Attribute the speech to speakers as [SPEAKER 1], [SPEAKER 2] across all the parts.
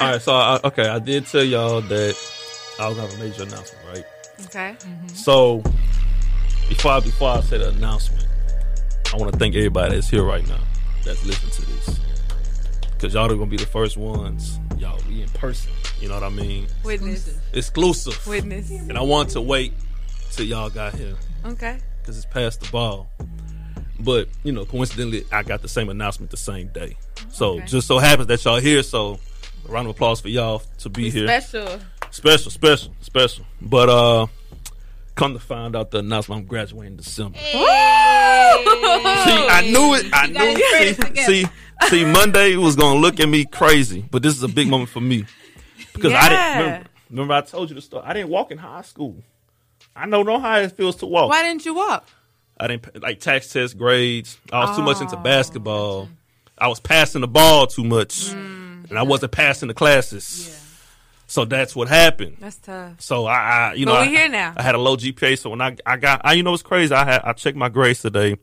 [SPEAKER 1] All right, so I, okay, I did tell y'all that I was gonna have a major announcement, right?
[SPEAKER 2] Mm-hmm. Okay.
[SPEAKER 1] So before I, before I say the announcement, I want to thank everybody that's here right now that's listening to this, because y'all are gonna be the first ones. Y'all, we in person. You know what I mean?
[SPEAKER 2] Witness.
[SPEAKER 1] Exclusive. Mm-hmm.
[SPEAKER 2] Witness.
[SPEAKER 1] And I want to wait till y'all got here
[SPEAKER 2] Okay.
[SPEAKER 1] because it's past the ball. But you know, coincidentally, I got the same announcement the same day. So
[SPEAKER 2] Okay.
[SPEAKER 1] just so happens that y'all here. So a round of applause for y'all to be
[SPEAKER 2] We
[SPEAKER 1] here.
[SPEAKER 2] special.
[SPEAKER 1] Special, special, special. But uh come to find out the announcement I'm graduating in December. See, I knew it. I
[SPEAKER 3] got his credits
[SPEAKER 1] knew it.
[SPEAKER 3] together.
[SPEAKER 1] See, see, see, Monday was gonna look at me crazy, but this is a big moment for me because I
[SPEAKER 2] Yeah.
[SPEAKER 1] didn't remember, remember. I told you the story. I didn't walk in high school. I know know how it feels to walk.
[SPEAKER 2] Why didn't you walk?
[SPEAKER 1] I didn't like tax test grades. I was too much into basketball. I was passing the ball too much, and I wasn't passing the classes. So that's what happened.
[SPEAKER 2] That's tough.
[SPEAKER 1] So I, I you know,
[SPEAKER 2] But
[SPEAKER 1] I,
[SPEAKER 2] we here now.
[SPEAKER 1] I had a low GPA. So when I, I got, I, you know, it's crazy. I had, I checked my grades today,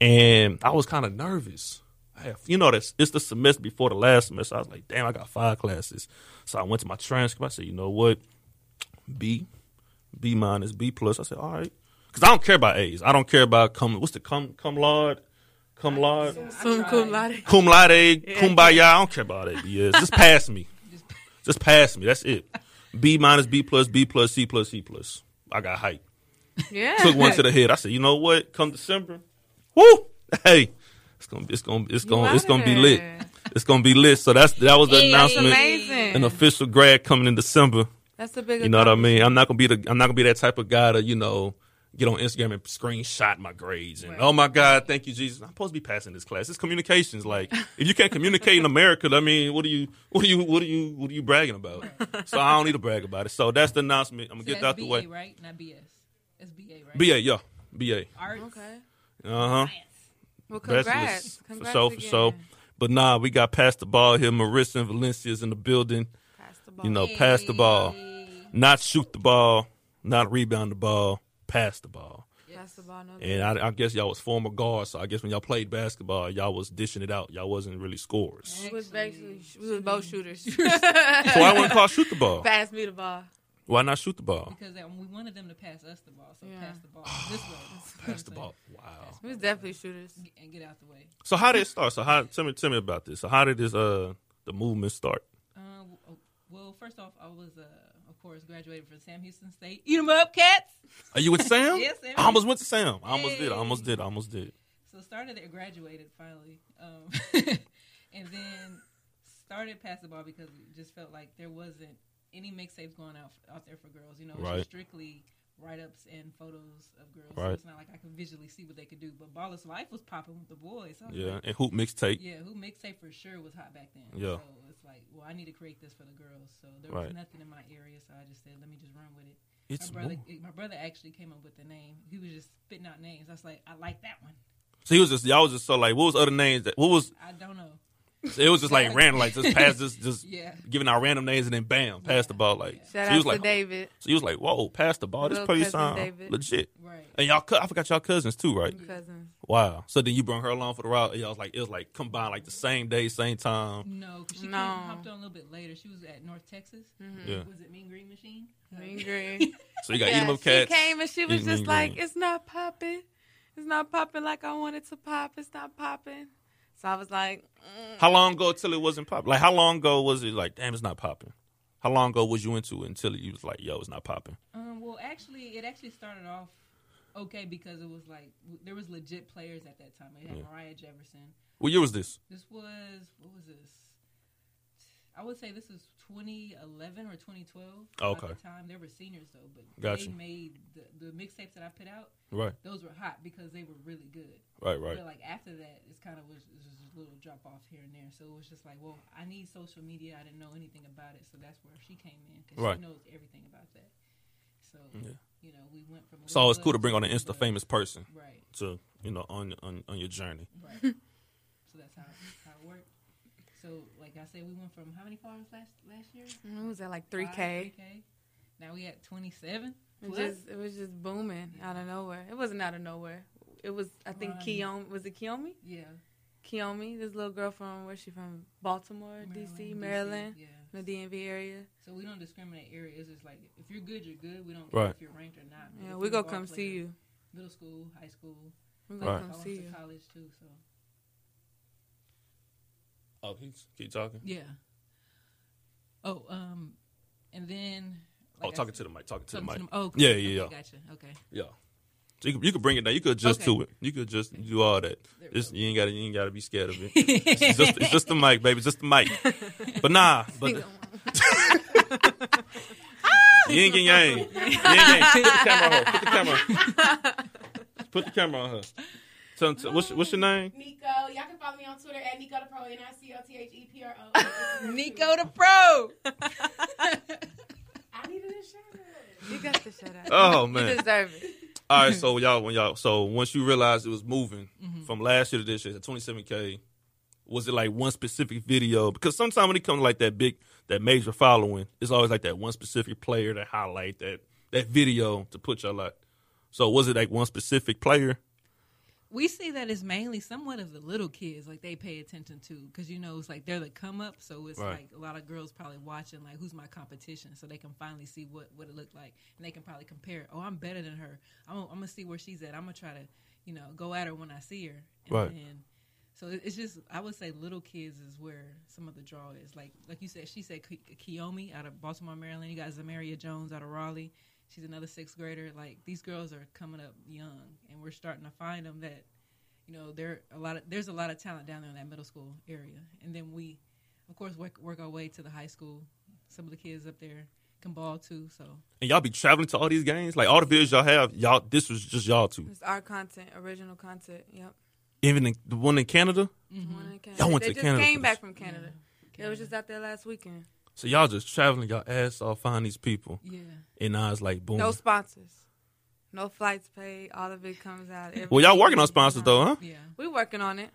[SPEAKER 1] and I was kind of nervous. I have, you know, that's it's the semester before the last semester. I was like, damn, I got five classes. So I went to my transcript. I said, you know what, B, B minus, B plus. I said, all right, because I don't care about A's. I don't care about cum. What's the cum cum laude, cum laude,
[SPEAKER 2] Some cum laude.
[SPEAKER 1] cum laude, kumbaya. I don't care about it. BS. Just pass me. Just pass me. That's it. B minus, B plus, B plus, C plus, C plus. I got hype.
[SPEAKER 2] Yeah.
[SPEAKER 1] Took one to the head. I said, you know what? Come December, woo! Hey, it's gonna, it's gonna, it's gonna, it's gonna be lit.
[SPEAKER 2] outta
[SPEAKER 1] It's gonna be lit. So that's that was the
[SPEAKER 3] Hey.
[SPEAKER 1] announcement.
[SPEAKER 2] Amazing.
[SPEAKER 1] An official grad coming in December.
[SPEAKER 2] That's a big.
[SPEAKER 1] You know what I mean? I'm not gonna be the I'm not gonna be that type of guy to you know get on Instagram and screenshot my grades and oh my god, thank you Jesus. I'm supposed to be passing this class. It's communications. Like if you can't communicate in America, I mean, what are you what are you what are you what are you bragging about? So I don't need to brag about it. So that's the announcement. I'm gonna get that out the way.
[SPEAKER 3] right? Not BS. It's BA, right?
[SPEAKER 1] BA, yeah, BA.
[SPEAKER 3] Arts.
[SPEAKER 2] Okay.
[SPEAKER 1] Uh huh.
[SPEAKER 2] Well, congrats.
[SPEAKER 1] Bachelor's for
[SPEAKER 2] Congrats
[SPEAKER 1] sure, for
[SPEAKER 2] again.
[SPEAKER 1] sure. But nah, we got past the ball here. Marissa and Valencia's in the building.
[SPEAKER 2] Pass the ball.
[SPEAKER 1] You know, pass the ball, not shoot the ball, not rebound the ball, pass the ball.
[SPEAKER 2] Pass the ball. No
[SPEAKER 1] And I, I guess y'all was former guards, so I guess when y'all played basketball, y'all was dishing it out. Y'all wasn't really scorers.
[SPEAKER 2] we was basically we was both shooters.
[SPEAKER 1] So why wouldn't call shoot the ball?
[SPEAKER 2] Pass me the ball.
[SPEAKER 1] Why not shoot the ball?
[SPEAKER 3] Because that- we wanted them to pass us the ball, so
[SPEAKER 2] Yeah.
[SPEAKER 3] pass the ball this way.
[SPEAKER 1] Pass the ball. Wow.
[SPEAKER 2] We was definitely shooters.
[SPEAKER 3] And get out the way.
[SPEAKER 1] So how did it start? So how tell me tell me about this. So how did this uh the movement start?
[SPEAKER 3] Um, w- oh, well, first off, I was, uh, of course, graduated from Sam Houston State. Eat 'em up, cats.
[SPEAKER 1] Are you with Sam?
[SPEAKER 3] Yes, Sam.
[SPEAKER 1] I almost went to Sam. I almost did. I almost did. I almost did.
[SPEAKER 3] So started there, graduated finally, um, and then started pass the ball because it just felt like there wasn't any mixtapes going out out there for girls. You know, it was
[SPEAKER 1] Right.
[SPEAKER 3] just strictly write ups and photos of girls. So
[SPEAKER 1] Right.
[SPEAKER 3] it's not like I could visually see what they could do. But Ball is Life was popping with the boys. So I was
[SPEAKER 1] Yeah.
[SPEAKER 3] like,
[SPEAKER 1] And hoop mixtape.
[SPEAKER 3] yeah. Who mixtape for sure was hot back then.
[SPEAKER 1] Yeah.
[SPEAKER 3] So it's like, well, I need to create this for the girls. So there was
[SPEAKER 1] Right.
[SPEAKER 3] nothing in my area, so I just said, let me just run with it.
[SPEAKER 1] It's
[SPEAKER 3] my brother,
[SPEAKER 1] moving.
[SPEAKER 3] my brother actually came up with the name. He was just spitting out names. I was like, I like that one.
[SPEAKER 1] So he was just y'all was just so like what was other names that what was
[SPEAKER 3] I don't know.
[SPEAKER 1] it was just like random like just pass this just
[SPEAKER 3] Yeah.
[SPEAKER 1] giving our random names and then bam pass the ball like
[SPEAKER 2] Shout
[SPEAKER 1] so
[SPEAKER 2] out
[SPEAKER 1] he was
[SPEAKER 2] to
[SPEAKER 1] like
[SPEAKER 2] David.
[SPEAKER 1] so he was like whoa pass the ball this
[SPEAKER 2] Little
[SPEAKER 1] pretty
[SPEAKER 2] cousin
[SPEAKER 1] sound
[SPEAKER 2] David. Mm-hmm.
[SPEAKER 1] legit
[SPEAKER 3] Right.
[SPEAKER 1] and y'all cou- I forgot y'all cousins too right
[SPEAKER 2] Cousins.
[SPEAKER 1] wow so then you brought her along for the ride and y'all was like it was like combined like the same day same time
[SPEAKER 3] No, 'cause she
[SPEAKER 2] No. Mm-hmm.
[SPEAKER 3] Came, hopped on a little bit later. She was at North Texas.
[SPEAKER 1] yeah
[SPEAKER 3] Was it Mean Green Machine?
[SPEAKER 2] Mean green.
[SPEAKER 1] so you got
[SPEAKER 2] Yeah,
[SPEAKER 1] eat 'em up
[SPEAKER 2] she
[SPEAKER 1] cats
[SPEAKER 2] came and she was
[SPEAKER 1] Eat 'em
[SPEAKER 2] just
[SPEAKER 1] up
[SPEAKER 2] like,
[SPEAKER 1] green.
[SPEAKER 2] "It's not popping. It's not popping like I wanted to pop. It's not popping." So I was like, mm,
[SPEAKER 1] how long ago till it wasn't popping like how long ago was it like damn it's not popping how long ago was you into it until you was like yo it's not popping
[SPEAKER 3] Um, well, actually, it actually started off okay because it was like w- there was legit players at that time. It had
[SPEAKER 1] Yeah.
[SPEAKER 3] Mariah Jefferson.
[SPEAKER 1] what year was this
[SPEAKER 3] This was what was this? I would say this was 2011 or 2012.
[SPEAKER 1] Okay.
[SPEAKER 3] At the time, they were seniors though, but
[SPEAKER 1] Gotcha.
[SPEAKER 3] they made the, the mixtapes that I put out.
[SPEAKER 1] right
[SPEAKER 3] Those were hot because they were really good.
[SPEAKER 1] right right
[SPEAKER 3] But like after that, it's kind of was, was just a little drop off here and there. So it was just like, well, I need social media. I didn't know anything about it, so that's where she came in because
[SPEAKER 1] Right.
[SPEAKER 3] she knows everything about that. So
[SPEAKER 1] Yeah.
[SPEAKER 3] you know, we went from. a
[SPEAKER 1] it's always cool
[SPEAKER 3] little
[SPEAKER 1] to bring on an
[SPEAKER 3] buzz
[SPEAKER 1] insta famous person
[SPEAKER 3] Right,
[SPEAKER 1] to you know on on, on your journey
[SPEAKER 3] right. so that's how how it worked. So like I said, we went from how many followers last last year?
[SPEAKER 2] "Mm, "What was that like three
[SPEAKER 3] Five,
[SPEAKER 2] k?"
[SPEAKER 3] 3K. Now we at twenty seven.
[SPEAKER 2] It just it was just booming out of nowhere. It wasn't out of nowhere. It was I think
[SPEAKER 3] Right.
[SPEAKER 2] Kiyomi was it Kiyomi?
[SPEAKER 3] Yeah,
[SPEAKER 2] Kiyomi, this little girl from where's she from? Baltimore,
[SPEAKER 3] Maryland,
[SPEAKER 2] DC, Maryland.
[SPEAKER 3] Yeah.
[SPEAKER 2] in the DMV area.
[SPEAKER 3] So we don't discriminate areas. It's like if you're good, you're good. We don't care
[SPEAKER 1] Right.
[SPEAKER 3] if you're ranked or not.
[SPEAKER 2] Yeah,
[SPEAKER 3] If
[SPEAKER 2] we
[SPEAKER 3] you're a
[SPEAKER 2] gonna
[SPEAKER 3] ball
[SPEAKER 2] come
[SPEAKER 3] player,
[SPEAKER 2] see you.
[SPEAKER 3] Middle school, high school.
[SPEAKER 2] We
[SPEAKER 1] Right.
[SPEAKER 2] gonna
[SPEAKER 3] I
[SPEAKER 2] come
[SPEAKER 3] went
[SPEAKER 2] see
[SPEAKER 3] to
[SPEAKER 2] you.
[SPEAKER 3] college too. So
[SPEAKER 1] Oh, he keep talking.
[SPEAKER 3] yeah. Oh, um, and then.
[SPEAKER 1] oh, talking to the mic. Talking to the mic.
[SPEAKER 3] oh, okay.
[SPEAKER 1] Yeah, yeah,
[SPEAKER 3] Okay,
[SPEAKER 1] yeah.
[SPEAKER 3] Gotcha. Okay.
[SPEAKER 1] Yeah. So you could, you could bring it down. You could adjust
[SPEAKER 3] Okay.
[SPEAKER 1] to it. You could just do all that.
[SPEAKER 3] There we
[SPEAKER 1] It's,
[SPEAKER 3] go.
[SPEAKER 1] you ain't got to you ain't got to be scared of it. It's just it's just the mic, baby. It's just the mic. But nah, but the, yin and yang. Yin and yang. Put the camera on her. Put the camera. On. Put the camera on her. Tell, tell- what's what's your name?
[SPEAKER 4] Nico. Y'all can follow me on Twitter at Nico the Pro, N I C O T H E P R O.
[SPEAKER 3] Nico the Pro.
[SPEAKER 4] I needed a shout
[SPEAKER 2] you got to shut up.
[SPEAKER 1] Oh
[SPEAKER 2] You
[SPEAKER 1] man.
[SPEAKER 2] deserve it.
[SPEAKER 1] All right. So y'all when y'all so once you realized it was moving from last year to this year, twenty seven k. Was it like one specific video? Because sometimes when it comes to like that big, that major following, it's always like that one specific player that highlight that that video to put y'all like. So was it like one specific player?
[SPEAKER 3] we see that it's mainly somewhat of the little kids like they pay attention to because you know it's like they're the come up so it's
[SPEAKER 1] Right.
[SPEAKER 3] like a lot of girls probably watching like who's my competition so they can finally see what what it looked like and they can probably compare oh i'm better than her i'm, I'm gonna see where she's at i'm gonna try to you know go at her when i see her and
[SPEAKER 1] Right.
[SPEAKER 3] then- so it- it's just i would say little kids is where some of the draw is like like you said she said Ki- Kiyomi out of baltimore maryland you got zamaria jones out of raleigh she's another sixth grader. Like these girls are coming up young, and we're starting to find them that, you know, there a lot of there's a lot of talent down there in that middle school area, and then we, of course, work work our way to the high school. Some of the kids up there can ball too, so
[SPEAKER 1] And y'all be traveling to all these games, like all the videos y'all have. Y'all, this was just y'all two.
[SPEAKER 2] It's our content, original content. Yep.
[SPEAKER 1] Even in, the one in Canada.
[SPEAKER 3] Mm-hmm.
[SPEAKER 2] The one in Canada.
[SPEAKER 1] Y'all went
[SPEAKER 2] they
[SPEAKER 1] to
[SPEAKER 2] just
[SPEAKER 1] Canada
[SPEAKER 2] came
[SPEAKER 1] for
[SPEAKER 2] back
[SPEAKER 1] this.
[SPEAKER 2] from Canada. They was just out there last weekend.
[SPEAKER 1] So y'all just traveling y'all ass off, find these people,
[SPEAKER 3] yeah.
[SPEAKER 1] and now it's like boom.
[SPEAKER 2] No sponsors. No flights paid. All of it comes out. every-
[SPEAKER 1] well, y'all working on sponsors though, huh?
[SPEAKER 3] Yeah,
[SPEAKER 2] We working on it.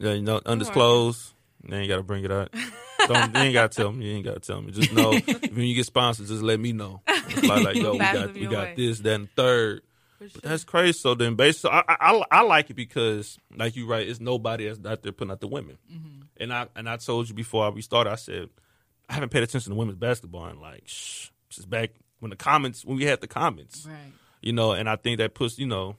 [SPEAKER 1] Yeah, you know, undisclosed. They ain't gotta bring it out. Don't, you ain't gotta tell me. You ain't gotta tell me. Just know when you get sponsored, just let me know. It's Like, like, yo, we
[SPEAKER 2] Pass
[SPEAKER 1] got
[SPEAKER 2] them
[SPEAKER 1] we
[SPEAKER 2] your
[SPEAKER 1] got
[SPEAKER 2] way.
[SPEAKER 1] this, that, and third.
[SPEAKER 2] For sure.
[SPEAKER 1] But that's crazy. So then, based, so I, I I- I like it because, like you right, it's nobody that's out there putting out the women.
[SPEAKER 3] mm-hmm.
[SPEAKER 1] And I and I told you before we started, I said I haven't paid attention to women's basketball and like shh, since back when the comments when we had the comments,
[SPEAKER 3] right.
[SPEAKER 1] you know. And I think that puts you know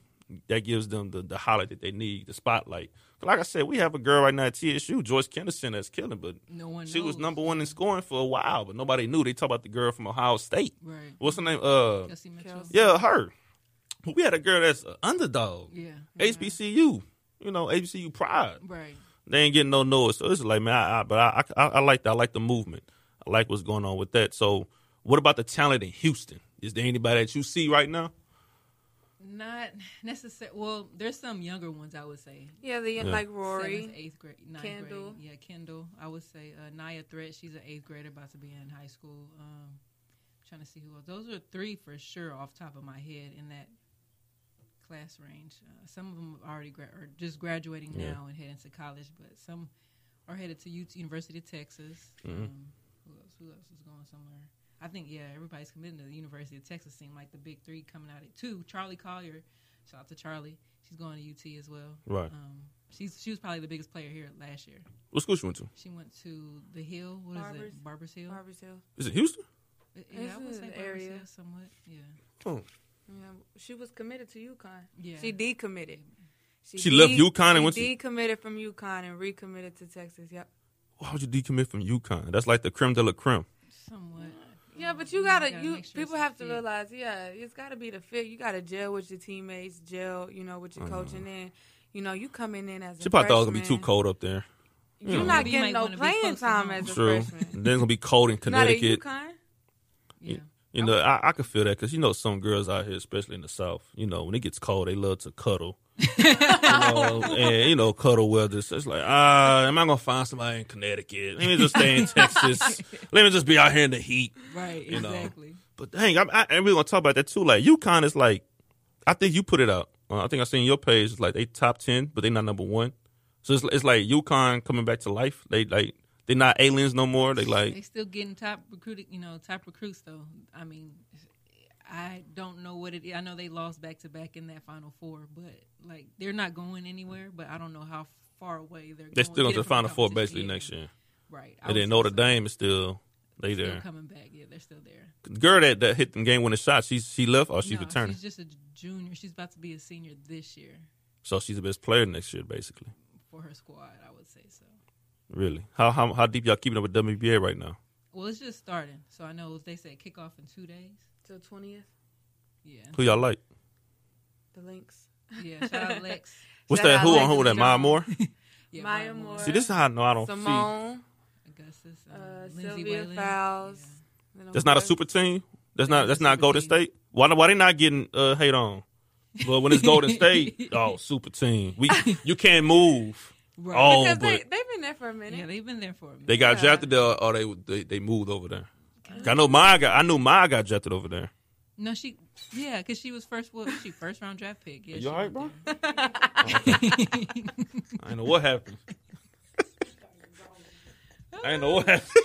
[SPEAKER 1] that gives them the the highlight that they need, the spotlight. But like I said, we have a girl right now at TSU, Joyce Kenderson, that's killing, but.
[SPEAKER 3] No one.
[SPEAKER 1] She was
[SPEAKER 3] knows.
[SPEAKER 1] number one in scoring for a while, but nobody knew. They talk about the girl from Ohio State.
[SPEAKER 3] Right.
[SPEAKER 1] What's her name? Uh,
[SPEAKER 3] Kelsey Mitchell.
[SPEAKER 2] Kelsey.
[SPEAKER 1] yeah, her. But we had a girl that's an underdog.
[SPEAKER 3] Yeah.
[SPEAKER 1] HBCU. You know, HBCU pride.
[SPEAKER 3] Right.
[SPEAKER 1] They ain't getting no noise. So it's like, man, I, I, but I, I, I like that. I like the movement. I like what's going on with that. So, what about the talent in Houston? Is there anybody that you see right now?
[SPEAKER 3] Not necessarily. Well, there's some younger ones I would say.
[SPEAKER 2] Yeah, the
[SPEAKER 1] Yeah.
[SPEAKER 2] like
[SPEAKER 3] Seventh,
[SPEAKER 2] Rory.
[SPEAKER 3] eighth grade, ninth
[SPEAKER 2] Kendall.
[SPEAKER 3] grade. Yeah, Kendall. I would say uh, Naya Threat. She's an eighth grader, about to be in high school. Um, trying to see who else. Those are three for sure, off top of my head, in that class range. Uh, some of them already gra- are just graduating
[SPEAKER 1] Yeah.
[SPEAKER 3] now and heading to college, but some are headed to U- University of Texas.
[SPEAKER 1] Mhm.
[SPEAKER 3] Um, who else? Who else is going somewhere? I think yeah, everybody's committing to the University of Texas. Seemed like the big three coming out at two. Charlie Collier. Shout out to Charlie. She's going to UT as well.
[SPEAKER 1] Right.
[SPEAKER 3] Um, she's she was probably the biggest player here last year.
[SPEAKER 1] What school you went to?
[SPEAKER 3] She went to the Hill. What is
[SPEAKER 2] Barbers.
[SPEAKER 3] it? Barbers Hill.
[SPEAKER 2] Barbie's Hill.
[SPEAKER 1] Is it Houston?
[SPEAKER 3] Uh,
[SPEAKER 2] This
[SPEAKER 3] yeah, I would
[SPEAKER 2] is
[SPEAKER 3] say
[SPEAKER 2] an
[SPEAKER 3] Barbers
[SPEAKER 2] area.
[SPEAKER 3] Hill somewhat. Yeah.
[SPEAKER 2] Yeah, she was committed to UConn.
[SPEAKER 3] Yeah.
[SPEAKER 2] She decommitted.
[SPEAKER 1] She left UConn and
[SPEAKER 2] she
[SPEAKER 1] went to-
[SPEAKER 2] decommitted from UConn and recommitted to Texas. Yep.
[SPEAKER 3] Oh,
[SPEAKER 1] Why would you decommit from UConn? That's like the creme de la creme.
[SPEAKER 3] Somewhat.
[SPEAKER 2] Yeah,
[SPEAKER 3] Um,
[SPEAKER 2] but you gotta,
[SPEAKER 3] gotta
[SPEAKER 2] you
[SPEAKER 3] make sure
[SPEAKER 2] people
[SPEAKER 3] it's a
[SPEAKER 2] have to
[SPEAKER 3] fit.
[SPEAKER 2] realize, yeah, it's gotta be the fit. You gotta gel with your teammates, gel, you know, with your coach, and then, you know, you coming in as a
[SPEAKER 1] She probably thought it was gonna
[SPEAKER 2] freshman.
[SPEAKER 1] be too cold up there.
[SPEAKER 2] You're
[SPEAKER 1] know.
[SPEAKER 2] not
[SPEAKER 3] You
[SPEAKER 2] getting
[SPEAKER 3] might
[SPEAKER 2] no
[SPEAKER 3] wanna be
[SPEAKER 2] playing
[SPEAKER 3] close to
[SPEAKER 2] time
[SPEAKER 3] home.
[SPEAKER 2] as a
[SPEAKER 1] Mm. True.
[SPEAKER 2] freshman.
[SPEAKER 1] Then it's gonna be cold in
[SPEAKER 2] Not at
[SPEAKER 1] Connecticut.
[SPEAKER 2] UConn.
[SPEAKER 3] Yeah.
[SPEAKER 1] You know, I, I could feel that because you know some girls out here, especially in the South, you know when it gets cold, they love to cuddle. you know, and you know cuddle weather. So it's like, ah, am I gonna find somebody in Connecticut? Let me just stay in Texas. Let me just be out here in the heat.
[SPEAKER 3] Right.
[SPEAKER 1] You know.
[SPEAKER 3] Exactly.
[SPEAKER 1] But dang, I, I, and we're gonna talk about that too. Like UConn is like, I think you put it out. Uh, I think I seen your page. It's like they top ten, but they not number one. So it's it's like UConn coming back to life. They like they not aliens no more. They
[SPEAKER 3] They
[SPEAKER 1] like
[SPEAKER 3] still getting top recruited, you know, top recruits though. I mean, I don't know what it is. I know they lost back to back in that final four, but like they're not going anywhere. But I don't know how far away they're.
[SPEAKER 1] they
[SPEAKER 3] going.
[SPEAKER 1] still gonna
[SPEAKER 3] from
[SPEAKER 1] the final four
[SPEAKER 3] competition.
[SPEAKER 1] basically
[SPEAKER 3] Yeah.
[SPEAKER 1] next year.
[SPEAKER 3] right?
[SPEAKER 1] And
[SPEAKER 3] I would
[SPEAKER 1] then
[SPEAKER 3] say
[SPEAKER 1] Notre
[SPEAKER 3] so.
[SPEAKER 1] Dame is still They
[SPEAKER 3] still
[SPEAKER 1] there.
[SPEAKER 3] coming back. Yeah, they're still there.
[SPEAKER 1] Girl that, that hit the game winning shot, she she left or she
[SPEAKER 3] No,
[SPEAKER 1] returning.
[SPEAKER 3] She's just a junior. She's about to be a senior this year
[SPEAKER 1] So she's the best player next year, basically.
[SPEAKER 3] for her squad. I would say so.
[SPEAKER 1] Really. How how how deep y'all keeping up with WBA right now?
[SPEAKER 3] Well, it's just starting, so I know they say kickoff in two days.
[SPEAKER 2] Till twentieth,
[SPEAKER 3] Yeah,
[SPEAKER 1] Who y'all like?
[SPEAKER 2] the links.
[SPEAKER 3] yeah. Shout out Lex.
[SPEAKER 1] What's
[SPEAKER 2] Shout
[SPEAKER 1] that?
[SPEAKER 2] out
[SPEAKER 1] Who on
[SPEAKER 2] Alexis
[SPEAKER 1] who that? Maya
[SPEAKER 2] Jones.
[SPEAKER 1] Moore.
[SPEAKER 3] Yeah,
[SPEAKER 2] Maya
[SPEAKER 3] Ryan
[SPEAKER 2] Moore.
[SPEAKER 1] See, this is how I know I don't see.
[SPEAKER 2] Simone.
[SPEAKER 3] Augustus, uh,
[SPEAKER 2] Uh,
[SPEAKER 3] Lindsey
[SPEAKER 2] Sylvia
[SPEAKER 3] Whalen.
[SPEAKER 2] Fowles.
[SPEAKER 3] Yeah.
[SPEAKER 2] you know,
[SPEAKER 1] That's not a
[SPEAKER 2] whoever.
[SPEAKER 1] super team. That's not. That's
[SPEAKER 3] Super
[SPEAKER 1] not Golden
[SPEAKER 3] team.
[SPEAKER 1] State. Why? Why they not getting uh, hate on? But when it's Golden State, oh, super team. We you can't move.
[SPEAKER 3] Right.
[SPEAKER 1] Oh.
[SPEAKER 2] Because they,
[SPEAKER 1] but-
[SPEAKER 2] they've been there for a minute.
[SPEAKER 3] yeah, they've been there for a minute.
[SPEAKER 1] They got
[SPEAKER 2] Yeah.
[SPEAKER 1] drafted there, or they they, they moved over there. I know my got. I knew my got drafted over there.
[SPEAKER 3] no, she, yeah, because she was first. Well, she first round draft pick. Yeah,
[SPEAKER 1] You
[SPEAKER 3] she
[SPEAKER 1] all right,
[SPEAKER 3] went there.
[SPEAKER 1] I didn't know what happened. I didn't know what happened.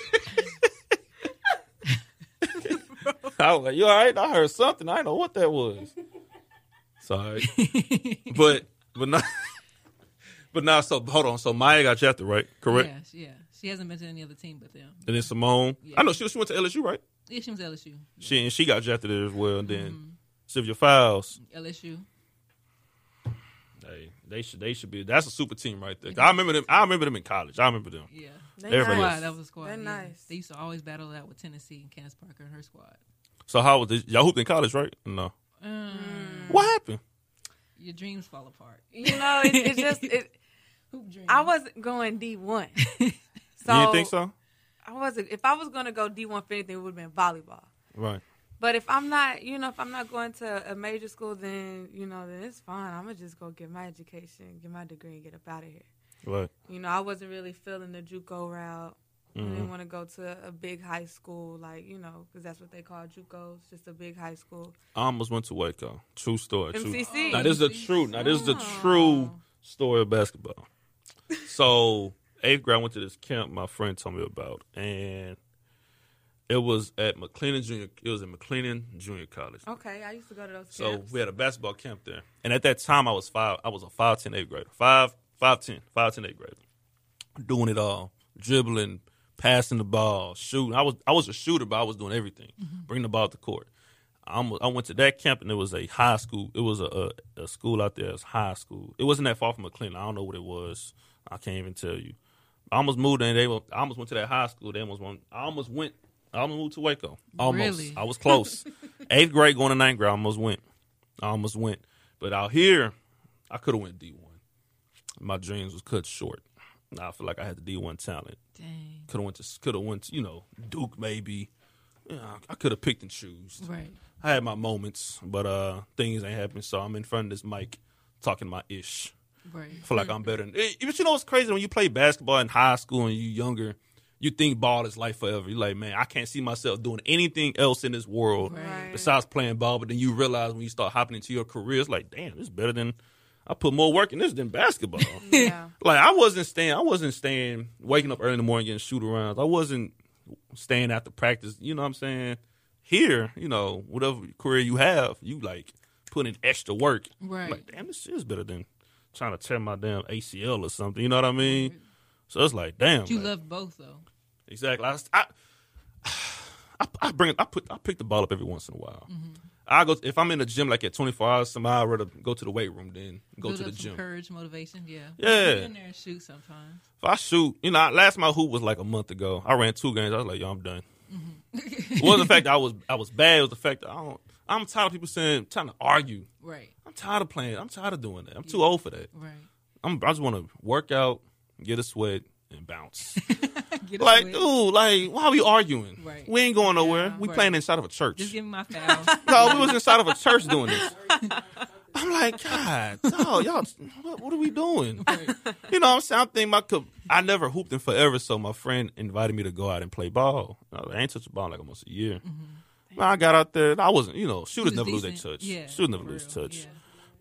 [SPEAKER 1] I was like, you all right? I heard something. I didn't know what that was. Sorry. but but not but now so hold on so Maya got drafted right correct
[SPEAKER 3] Yeah, she- yeah. She hasn't been to any other team but them.
[SPEAKER 1] and then Simone
[SPEAKER 3] Yeah.
[SPEAKER 1] I know she she went to LSU right
[SPEAKER 3] Yeah, Mm-hmm. she was LSU.
[SPEAKER 1] she and she got drafted there as well and then Sylvia Fowles
[SPEAKER 3] LSU.
[SPEAKER 1] hey they should they should be that's a super team right there I remember them I remember them in college I remember them
[SPEAKER 3] Yeah.
[SPEAKER 2] They
[SPEAKER 1] Everybody
[SPEAKER 3] Squad,
[SPEAKER 1] is.
[SPEAKER 3] that was a squad.
[SPEAKER 2] They're
[SPEAKER 3] yeah.
[SPEAKER 2] nice.
[SPEAKER 3] They used to always battle it out with Tennessee and Candace Parker and her squad.
[SPEAKER 1] so how was this? y'all hooped in college right no
[SPEAKER 3] Um,
[SPEAKER 1] what happened
[SPEAKER 3] Your dreams fall apart.
[SPEAKER 2] Mm. You know, it, it just it,
[SPEAKER 3] Hoop dreams.
[SPEAKER 2] I wasn't going D one. So
[SPEAKER 1] you didn't think so
[SPEAKER 2] I wasn't. If I was going to go D one for anything, it would have been volleyball.
[SPEAKER 1] right
[SPEAKER 2] But if I'm not, you know, if I'm not going to a major school, then you know, then it's fine. I'm gonna just go get my education, get my degree, and get up out of here.
[SPEAKER 1] right
[SPEAKER 2] You know, I wasn't really feeling the JUCO route. I
[SPEAKER 1] Mhm.
[SPEAKER 2] didn't want to go to a big high school, like you know, because that's what they call JUCOs, just a big high school.
[SPEAKER 1] I almost went to Waco true story true
[SPEAKER 2] MCC.
[SPEAKER 1] Now this is the true. Now this is the
[SPEAKER 3] Oh.
[SPEAKER 1] true story of basketball. So eighth grade, I went to this camp my friend told me about, and it was at McLennan Junior. It was at McLennan Junior College.
[SPEAKER 2] Okay, I used to go to those.
[SPEAKER 1] So
[SPEAKER 2] camps.
[SPEAKER 1] we had a basketball camp there, and at that time I was five. I was a five ten eighth grader, five five ten, five ten eighth grader, doing it all, dribbling, passing the ball, shooting. I was I was a shooter, but I was doing everything, bringing the ball to court. I'm, I went to that camp and it was a high school. It was a, a, a school out there. It was high school. It wasn't that far from McLean. I don't know what it was. I can't even tell you. I almost moved in. They were, I almost went to that high school. They almost went. I almost went. I almost moved to Waco. Almost.
[SPEAKER 3] Really?
[SPEAKER 1] I was close. Eighth grade going to ninth grade. I almost went. I almost went. But out here, I could have went D one. My dreams was cut short. Now I feel like I had the D one talent.
[SPEAKER 3] Dang.
[SPEAKER 1] Could have went to. Could have went. To, you know, Duke maybe. Yeah, I could have picked and choose.
[SPEAKER 3] Right.
[SPEAKER 1] I had my moments, but uh things ain't happened. So I'm in front of this mic talking my ish.
[SPEAKER 3] Right.
[SPEAKER 1] I feel like I'm better. Than, Eh, but you know what's crazy? When you play basketball in high school and you younger, you think ball is life forever. You're like, man, I can't see myself doing anything else in this world
[SPEAKER 3] Right.
[SPEAKER 1] besides playing ball. But then you realize when you start hopping into your career, it's like, damn, this is better than I put more work in this than basketball.
[SPEAKER 2] yeah,
[SPEAKER 1] like I wasn't staying. I wasn't staying. Waking up early in the morning, getting shoot arounds. I wasn't staying after practice. You know what I'm saying? Here, you know, whatever career you have, you like putting in extra work. I'm
[SPEAKER 3] Right.
[SPEAKER 1] like, damn, this shit is better than trying to tear my damn ACL or something. You know what I mean? So it's like, damn,
[SPEAKER 3] you
[SPEAKER 1] like-
[SPEAKER 3] love both though.
[SPEAKER 1] exactly. I, I, I, I bring, I put, I pick the ball up every once in a while.
[SPEAKER 3] Mm-hmm.
[SPEAKER 1] I go if I'm in the gym like at 24 hours. Somehow I'd rather go to the weight room than go
[SPEAKER 3] Build
[SPEAKER 1] to the
[SPEAKER 3] up some
[SPEAKER 1] gym.
[SPEAKER 3] Courage, motivation. Yeah.
[SPEAKER 1] Yeah.
[SPEAKER 3] Get in there and shoot sometimes.
[SPEAKER 1] If I shoot, you know, I- last my hoop was like a month ago. I ran two games. I was like, yo, I'm done. it wasn't the fact that I was I was bad. It was the fact that I don't. I'm tired of people saying trying to argue.
[SPEAKER 3] Right.
[SPEAKER 1] I'm tired of playing. I'm tired of doing that. I'm too old for that.
[SPEAKER 3] Right.
[SPEAKER 1] I'm, I just want to work out, get a sweat, and bounce.
[SPEAKER 3] Get a
[SPEAKER 1] like,
[SPEAKER 3] sweat.
[SPEAKER 1] dude, like, why are we arguing?
[SPEAKER 3] Right.
[SPEAKER 1] We ain't going nowhere. we
[SPEAKER 3] Right.
[SPEAKER 1] playing inside of a church.
[SPEAKER 3] Just give me my foul.
[SPEAKER 1] no, we was inside of a church doing this. I'm like, God, no, y'all, what, what are we doing?
[SPEAKER 3] Right.
[SPEAKER 1] you know what I'm saying? I'm thinking my co- I never hooped in forever, so my friend invited me to go out and play ball. I ain't touched a ball in like almost a year. Man, I got out there. and I wasn't, you know, shooters
[SPEAKER 3] Just
[SPEAKER 1] never lose their
[SPEAKER 3] Mm-hmm. decent.
[SPEAKER 1] touch.
[SPEAKER 3] Yeah,
[SPEAKER 1] shooters never
[SPEAKER 3] for
[SPEAKER 1] lose
[SPEAKER 3] real.
[SPEAKER 1] touch.
[SPEAKER 3] Yeah.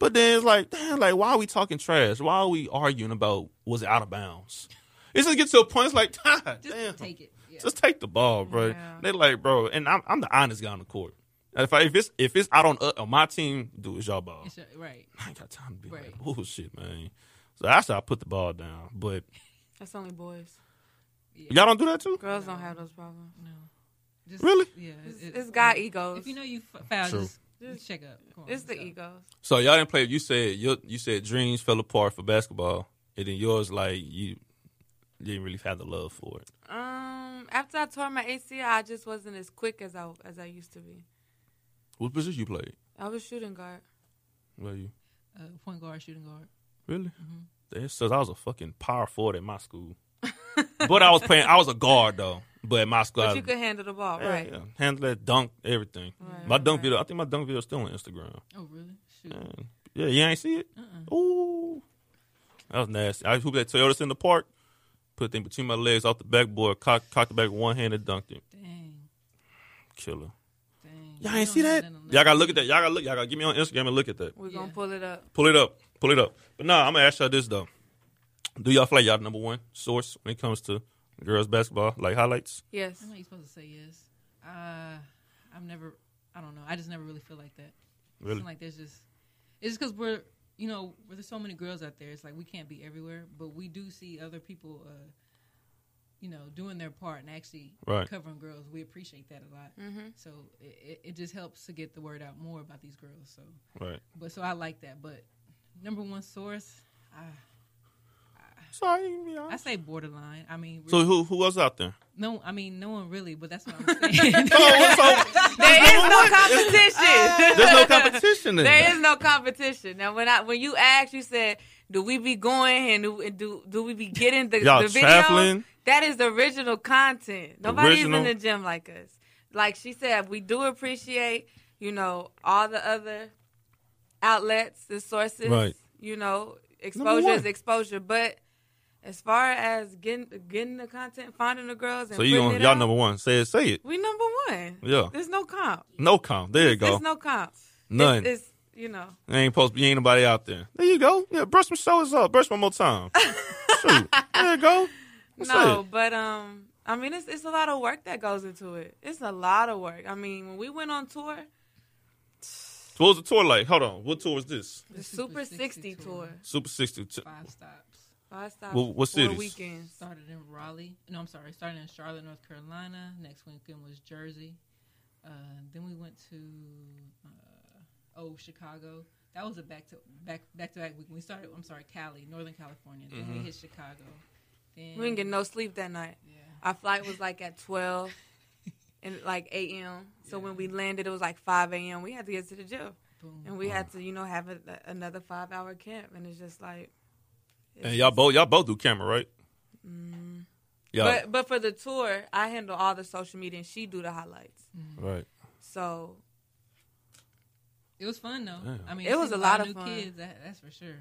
[SPEAKER 1] But then it's like, damn, like why are we talking trash? Why are we arguing about was it out of bounds? It just gets to a point. It's like, God,
[SPEAKER 3] Just
[SPEAKER 1] damn,
[SPEAKER 3] take it. Yeah.
[SPEAKER 1] just take the ball, bro.
[SPEAKER 2] Yeah.
[SPEAKER 1] They like, bro, and I'm, I'm the honest guy on the court. If I, if it's if it's out on uh, on my team, dude, it's y'all ball.
[SPEAKER 3] It's your- right.
[SPEAKER 1] I ain't got time to be
[SPEAKER 3] Right.
[SPEAKER 1] like bullshit, man. So that's how I put the ball down. But
[SPEAKER 2] that's only boys.
[SPEAKER 1] y'all don't do that too.
[SPEAKER 2] Girls don't have those problems.
[SPEAKER 3] No. Just,
[SPEAKER 1] Really?
[SPEAKER 3] Yeah.
[SPEAKER 2] It's,
[SPEAKER 3] it-
[SPEAKER 2] it's God egos.
[SPEAKER 3] If you know you f- foul,
[SPEAKER 1] True.
[SPEAKER 3] just,
[SPEAKER 2] Just-
[SPEAKER 3] just check up. Come on,
[SPEAKER 2] it's the
[SPEAKER 3] so.
[SPEAKER 2] egos.
[SPEAKER 1] So y'all didn't play. You said your you said dreams fell apart for basketball, and then yours like you didn't really have the love for it.
[SPEAKER 2] Um, after I tore my ACL, I just wasn't as quick as I as I used to be.
[SPEAKER 1] What position you played?
[SPEAKER 2] I was shooting guard.
[SPEAKER 1] Were you
[SPEAKER 3] Uh, point guard, shooting guard.
[SPEAKER 1] really?
[SPEAKER 2] Mm-hmm.
[SPEAKER 1] It says I was a fucking power forward at my school, but I was playing. I was a guard though. But at my school, I,
[SPEAKER 2] But you could handle the ball,
[SPEAKER 1] yeah,
[SPEAKER 2] right?
[SPEAKER 1] yeah. handle that dunk, everything.
[SPEAKER 2] Right,
[SPEAKER 1] my
[SPEAKER 2] right,
[SPEAKER 1] dunk
[SPEAKER 2] right.
[SPEAKER 1] video. I think my dunk video is still on Instagram.
[SPEAKER 3] Oh, really? Shoot.
[SPEAKER 1] Yeah, yeah you ain't see it.
[SPEAKER 3] Uh-uh.
[SPEAKER 1] Ooh, that was nasty. I hooped that Toyota in the park, put it in between my legs off the backboard, cock, cocked it back with one hand and dunked it.
[SPEAKER 3] Dang.
[SPEAKER 1] Killer.
[SPEAKER 3] Dang.
[SPEAKER 1] Y'all
[SPEAKER 3] We
[SPEAKER 1] ain't
[SPEAKER 3] don't
[SPEAKER 1] see
[SPEAKER 3] have
[SPEAKER 1] that?
[SPEAKER 3] on
[SPEAKER 1] Y'all gotta look at that. Y'all gotta look. Y'all gotta get me on Instagram and look at that.
[SPEAKER 2] We're
[SPEAKER 3] Yeah.
[SPEAKER 2] gonna pull it up.
[SPEAKER 1] Pull it up. Pull it up. But nah, I'm gonna ask y'all this though. Do y'all feel like y'all the number one source when it comes to girls basketball, like highlights?
[SPEAKER 2] Yes.
[SPEAKER 3] I know you're supposed to say yes. Uh, I'm never. I don't know. I just never really feel like that. It's
[SPEAKER 1] Really?
[SPEAKER 3] Like there's just. It's just because we're. You know, where there's so many girls out there. It's like we can't be everywhere, but we do see other people. Uh, you know, doing their part and actually
[SPEAKER 1] Right.
[SPEAKER 3] covering girls. We appreciate that a lot.
[SPEAKER 2] Mm-hmm.
[SPEAKER 3] So it, it, it just helps to get the word out more about these girls. So,
[SPEAKER 1] Right.
[SPEAKER 3] but so I like that. But number one source, I,
[SPEAKER 1] Sorry. yeah.
[SPEAKER 3] I say borderline. I mean,
[SPEAKER 1] So who who else out there?
[SPEAKER 3] no, I mean no one really. But that's what I'm saying.
[SPEAKER 1] Come on, so
[SPEAKER 2] There is no competition.
[SPEAKER 1] there's no competition. Then.
[SPEAKER 2] There is no competition. Now, when I when you asked, you said, "Do we be going and do and do, do we be getting the,
[SPEAKER 1] Y'all
[SPEAKER 2] the video?"
[SPEAKER 1] traveling?
[SPEAKER 2] That is the original content. Nobody's
[SPEAKER 1] Original.
[SPEAKER 2] in the gym like us. Like she said, we do appreciate you know all the other outlets, the sources.
[SPEAKER 1] Right.
[SPEAKER 2] You know,
[SPEAKER 1] Number
[SPEAKER 2] exposure
[SPEAKER 1] one.
[SPEAKER 2] is exposure, but. As far as getting getting the content, finding the girls, and
[SPEAKER 1] So you
[SPEAKER 2] putting
[SPEAKER 1] on
[SPEAKER 2] it
[SPEAKER 1] y'all
[SPEAKER 2] out,
[SPEAKER 1] number one? Say it. Say it.
[SPEAKER 2] we number one.
[SPEAKER 1] Yeah.
[SPEAKER 2] There's no comp.
[SPEAKER 1] No comp. There you go.
[SPEAKER 2] There's no comp.
[SPEAKER 1] None.
[SPEAKER 2] It's, it's you know.
[SPEAKER 1] ain't supposed to be ain't nobody out there. There you go. Yeah, brush my shoulders up. Brush one more time. Shoot. There you go. That's
[SPEAKER 2] no,
[SPEAKER 1] it.
[SPEAKER 2] but um, I mean, it's it's a lot of work that goes into it. It's a lot of work. I mean, when we went on tour,
[SPEAKER 1] So what was the tour like? Hold on. What tour was this?
[SPEAKER 2] the Super, 60 tour,
[SPEAKER 1] Super 60. T-
[SPEAKER 3] Five stops.
[SPEAKER 2] five stops,
[SPEAKER 1] Well, what
[SPEAKER 2] four
[SPEAKER 1] cities?
[SPEAKER 2] weekends.
[SPEAKER 3] Started in Raleigh. No, I'm sorry. Started in Charlotte, North Carolina. Next weekend was Jersey. Uh, then we went to uh, oh Chicago. That was a back to back back to back week. We started. I'm sorry, Cali, Northern California. Then
[SPEAKER 1] Mm-hmm.
[SPEAKER 3] we hit Chicago. Then
[SPEAKER 2] We didn't get no sleep that night.
[SPEAKER 3] Yeah.
[SPEAKER 2] Our flight was like at twelve. And like 8 a.m. So when we landed, it was like 5 a.m. We had to get to the gym,
[SPEAKER 3] Boom.
[SPEAKER 2] and we
[SPEAKER 1] Mm.
[SPEAKER 2] had to, you know, have a, another five-hour camp. And it's just like,
[SPEAKER 1] and y'all both y'all both do camera, right?
[SPEAKER 2] Mm-hmm.
[SPEAKER 1] Yeah.
[SPEAKER 2] but but for the tour, I handle all the social media, and she do the highlights.
[SPEAKER 1] right.
[SPEAKER 2] So
[SPEAKER 3] It was fun though.
[SPEAKER 1] Damn.
[SPEAKER 3] I mean,
[SPEAKER 2] It was
[SPEAKER 3] seeing
[SPEAKER 2] a lot of
[SPEAKER 3] new
[SPEAKER 2] fun.
[SPEAKER 3] kids. That, that's for sure.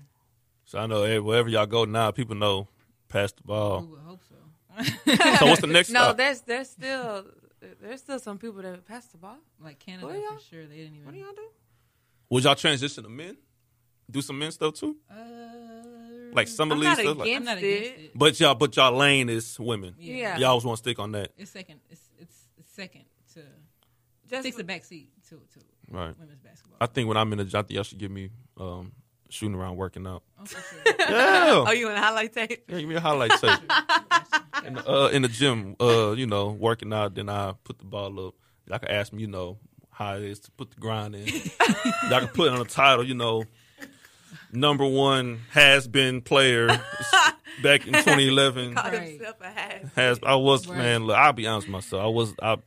[SPEAKER 1] So I know eh, wherever y'all go now, people know pass the
[SPEAKER 3] We
[SPEAKER 2] Mm-hmm.
[SPEAKER 1] ball.
[SPEAKER 3] would hope so.
[SPEAKER 1] Oh. So what's the next
[SPEAKER 2] no,
[SPEAKER 1] stop?
[SPEAKER 2] there's there's still there's still some people that pass the ball.
[SPEAKER 3] like Canada
[SPEAKER 2] What do y'all-
[SPEAKER 3] for sure. They didn't even.
[SPEAKER 2] What do y'all do?
[SPEAKER 1] Would y'all transition to men? Do some men stuff too?
[SPEAKER 3] Uh,
[SPEAKER 1] Like summer
[SPEAKER 2] Mm, I'm
[SPEAKER 1] league
[SPEAKER 2] not
[SPEAKER 1] stuff? like-
[SPEAKER 2] against-
[SPEAKER 3] I'm not
[SPEAKER 2] Against it.
[SPEAKER 3] against it.
[SPEAKER 1] but y'all but y'all lane is women.
[SPEAKER 2] Yeah.
[SPEAKER 1] Y'all always want to stick on that.
[SPEAKER 3] It's second. It's it's it's second to
[SPEAKER 2] Just
[SPEAKER 3] takes the back seat to to
[SPEAKER 1] Right.
[SPEAKER 3] women's basketball.
[SPEAKER 1] I think when I'm in the job, y'all should give me um, shooting around working out.
[SPEAKER 3] Oh, for sure.
[SPEAKER 1] Yeah.
[SPEAKER 2] Oh, you in highlight tape?
[SPEAKER 1] Yeah, give me a highlight tape.
[SPEAKER 3] Gotcha.
[SPEAKER 1] in the, uh, in the gym, uh, you know, working out. Then I put the ball up. Y'all can ask me, you know, how it is to put the grind in. Y'all can put on a title, you know, number one has been player back in 2011.
[SPEAKER 2] Call
[SPEAKER 3] Right.
[SPEAKER 2] himself a hat.
[SPEAKER 1] Has I was
[SPEAKER 3] Right.
[SPEAKER 1] man, look, I'll be honest with myself. I was I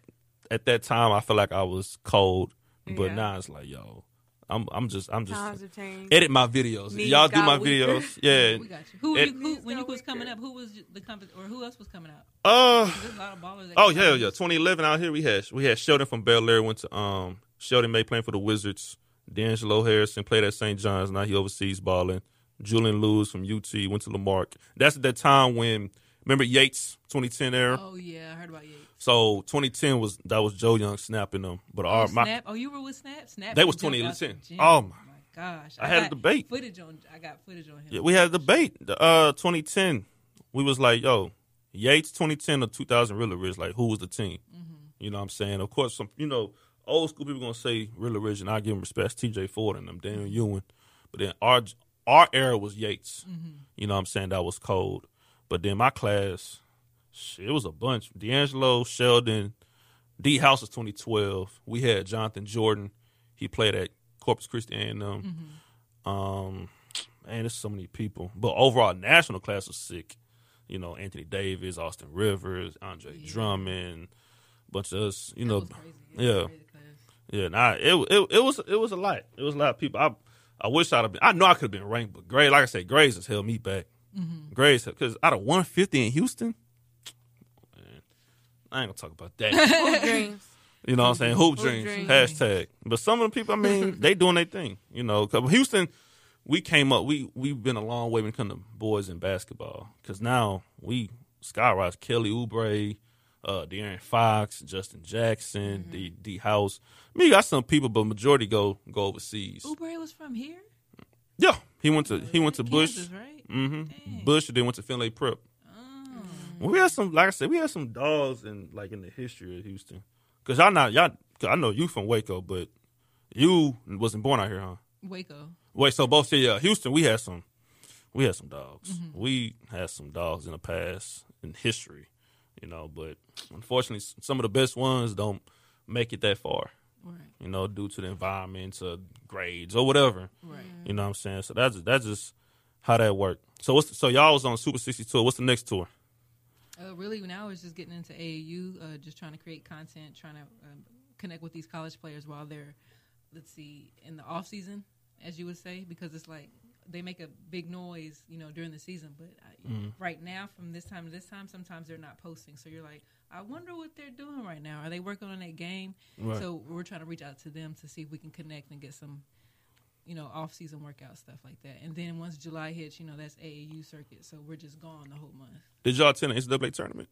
[SPEAKER 1] at that time. I felt like I was cold, but
[SPEAKER 2] Yeah.
[SPEAKER 1] now it's like, yo, I'm I'm just I'm just
[SPEAKER 2] Times have changed.
[SPEAKER 1] edit my videos.
[SPEAKER 2] Knees
[SPEAKER 1] Y'all do
[SPEAKER 2] got
[SPEAKER 1] my
[SPEAKER 2] weaker.
[SPEAKER 1] videos, yeah.
[SPEAKER 3] we got you. Who,
[SPEAKER 1] It-
[SPEAKER 3] you, who when you
[SPEAKER 2] Knees got
[SPEAKER 3] was coming
[SPEAKER 2] weaker.
[SPEAKER 3] up? Who was the company or who else was coming out?
[SPEAKER 1] Uh,
[SPEAKER 3] There's a lot of ballers. That
[SPEAKER 1] Oh
[SPEAKER 3] come
[SPEAKER 1] yeah,
[SPEAKER 3] out.
[SPEAKER 1] yeah. 2011 out here we had we had Sheldon from Bel Air went to um Sheldon May playing for the Wizards. D'Angelo Harrison played at St. John's. Now he oversees balling. Julian Lewis from UT went to Lamarck. That's at that time when remember Yates 2010 era.
[SPEAKER 3] Oh yeah, I heard about Yates.
[SPEAKER 1] So 2010 was that was Joe Young snapping them. But
[SPEAKER 3] Oh,
[SPEAKER 1] our my
[SPEAKER 3] Snap. Oh, you were with Snap. Snap.
[SPEAKER 1] They was
[SPEAKER 3] jumped out
[SPEAKER 1] 2010.
[SPEAKER 3] the gym.
[SPEAKER 1] Oh, my.
[SPEAKER 3] gosh.
[SPEAKER 1] I had a
[SPEAKER 3] got
[SPEAKER 1] debate.
[SPEAKER 3] Footage on. I got footage on him.
[SPEAKER 1] yeah, we had a debate. The, Uh, 2010 we was like yo Yates 2010 or 2000 really rich like who was the team? You know what I'm saying? Of course, some you know old school people gonna say Real Rich, and I give them respect. T.J. Ford and them, Daniel Ewan. But then our our era was Yates. You know what I'm saying? That was cold. But then my class, shit, it was a bunch. D'Angelo, Sheldon, D House was 2012. We had Jonathan Jordan. He played at Corpus Christi and um,
[SPEAKER 3] Mm-hmm.
[SPEAKER 1] um, man, there's so many people. But overall, national class was sick. You know, Anthony Davis, Austin Rivers, Andre
[SPEAKER 3] Yeah.
[SPEAKER 1] Drummond, bunch of us. You
[SPEAKER 3] That
[SPEAKER 1] know,
[SPEAKER 3] was crazy.
[SPEAKER 1] yeah. yeah, nah, it, it it was it was a lot. It was a lot of people. I I wish I'd have been. I know I could have been ranked, but Gray, like I said, Gray's has held me back.
[SPEAKER 3] Mm-hmm.
[SPEAKER 1] Gray's because out of 150 in Houston, man, I ain't gonna talk about that.
[SPEAKER 2] Hoop dreams.
[SPEAKER 1] You know what I'm saying? Hoop dreams.
[SPEAKER 2] dreams.
[SPEAKER 1] Hashtag. But some of the people, I mean, they doing their thing. You know, 'cause Houston, we came up. We we've been a long way when it comes to boys in basketball. Because now we skyrocket. Kelly Oubre, uh, De'Aaron Fox, Justin Jackson,
[SPEAKER 3] Mm-hmm.
[SPEAKER 1] D D House. Me got some people, but majority go go overseas.
[SPEAKER 3] Oubre was from here.
[SPEAKER 1] Yeah, he went to Uh, he went to Bush.
[SPEAKER 3] Kansas, right?
[SPEAKER 1] Mm-hmm.
[SPEAKER 3] Dang.
[SPEAKER 1] Bush and then went to Finlay Prep.
[SPEAKER 3] Oh.
[SPEAKER 1] Well, we had some, like I said, we had some dogs in like in the history of Houston. Cause y'all not y'all. Cause I know you from Waco, but you wasn't born out here, huh?
[SPEAKER 3] Waco.
[SPEAKER 1] Wait, so both yeah, Houston, we had some, we had some dogs. We had some dogs in the past in history, you know. But unfortunately, s- some of the best ones don't make it that far,
[SPEAKER 3] Right.
[SPEAKER 1] you know, due to the environment, to grades or whatever.
[SPEAKER 3] Right.
[SPEAKER 1] You know what I'm saying? So that's that's just how that worked. So what's so y'all was on Super 60 tour. What's the next tour?
[SPEAKER 3] Uh, really, now it's just getting into AAU, uh, just trying to create content, trying to um, connect with these college players while they're, let's see, in the off season, as you would say, because it's like they make a big noise, you know, during the season. But I,
[SPEAKER 1] Mm-hmm.
[SPEAKER 3] right now, from this time to this time, sometimes they're not posting. So you're like, I wonder what they're doing right now. Are they working on that game?
[SPEAKER 1] Right.
[SPEAKER 3] So we're trying to reach out to them to see if we can connect and get some, you know, off season workout stuff like that. And then once July hits, you know, that's AAU circuit. So we're just gone the whole month.
[SPEAKER 1] Did y'all attend the NCAA tournament?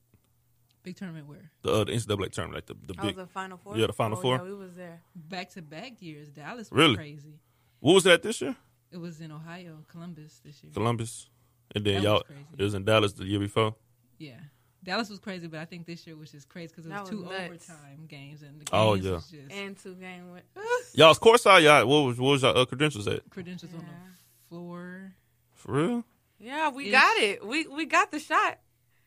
[SPEAKER 3] Big tournament where?
[SPEAKER 1] the uh, the NCAA tournament, like the, the
[SPEAKER 2] I was
[SPEAKER 1] big.
[SPEAKER 2] the final four.
[SPEAKER 1] Yeah, the Final
[SPEAKER 2] oh,
[SPEAKER 1] Four.
[SPEAKER 2] Yeah, we was there.
[SPEAKER 3] back to back years. Dallas was
[SPEAKER 1] Really?
[SPEAKER 3] crazy.
[SPEAKER 1] What was that this year?
[SPEAKER 3] It was in Ohio, Columbus this year.
[SPEAKER 1] Columbus, and then
[SPEAKER 3] That
[SPEAKER 1] y'all
[SPEAKER 3] was crazy.
[SPEAKER 1] it was in Dallas the year before.
[SPEAKER 3] yeah, Dallas was crazy, but I think this year was just crazy because it
[SPEAKER 2] That
[SPEAKER 3] was,
[SPEAKER 2] was
[SPEAKER 3] two
[SPEAKER 2] nuts.
[SPEAKER 3] overtime games and the games
[SPEAKER 1] Oh, yeah.
[SPEAKER 3] was just
[SPEAKER 2] And two game with
[SPEAKER 1] Y'all's course side, y'all. What was what was y'all uh, credentials at?
[SPEAKER 3] credentials on
[SPEAKER 2] Yeah.
[SPEAKER 3] the floor.
[SPEAKER 1] For real?
[SPEAKER 2] Yeah, we
[SPEAKER 3] Ish.
[SPEAKER 2] got it. We we got the shot.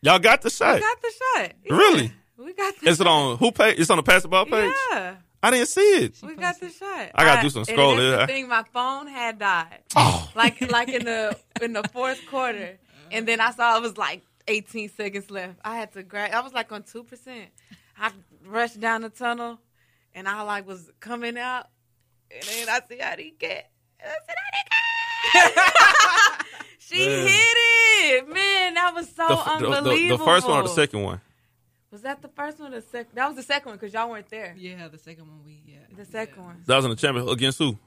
[SPEAKER 1] Y'all got the
[SPEAKER 2] We
[SPEAKER 1] shot.
[SPEAKER 2] got the shot. Yeah.
[SPEAKER 1] Really?
[SPEAKER 2] We got the
[SPEAKER 1] Is it on who page? It's on the basketball page.
[SPEAKER 2] Yeah.
[SPEAKER 1] I didn't see it.
[SPEAKER 3] She
[SPEAKER 2] we got the
[SPEAKER 3] posted-
[SPEAKER 2] shot.
[SPEAKER 1] I gotta do some
[SPEAKER 2] and
[SPEAKER 1] scrolling.
[SPEAKER 2] that's
[SPEAKER 1] I-
[SPEAKER 2] The thing, my phone had died.
[SPEAKER 1] Oh,
[SPEAKER 2] Like like in the in the fourth quarter, and then I saw it was like 18 seconds left. I had to grab. I was like on two percent. I rushed down the tunnel, and I like was coming out, and then I see how he get. And I said, "How they get?" She
[SPEAKER 1] Man.
[SPEAKER 2] hit it, man. That was so
[SPEAKER 1] the, f- the- the-
[SPEAKER 2] unbelievable.
[SPEAKER 1] the first one or the second one?
[SPEAKER 2] Was that the first one? Or the second? That was the second one because y'all weren't there.
[SPEAKER 3] Yeah, the second one we yeah.
[SPEAKER 2] The second
[SPEAKER 3] yeah.
[SPEAKER 2] one
[SPEAKER 1] That was in the champion against who?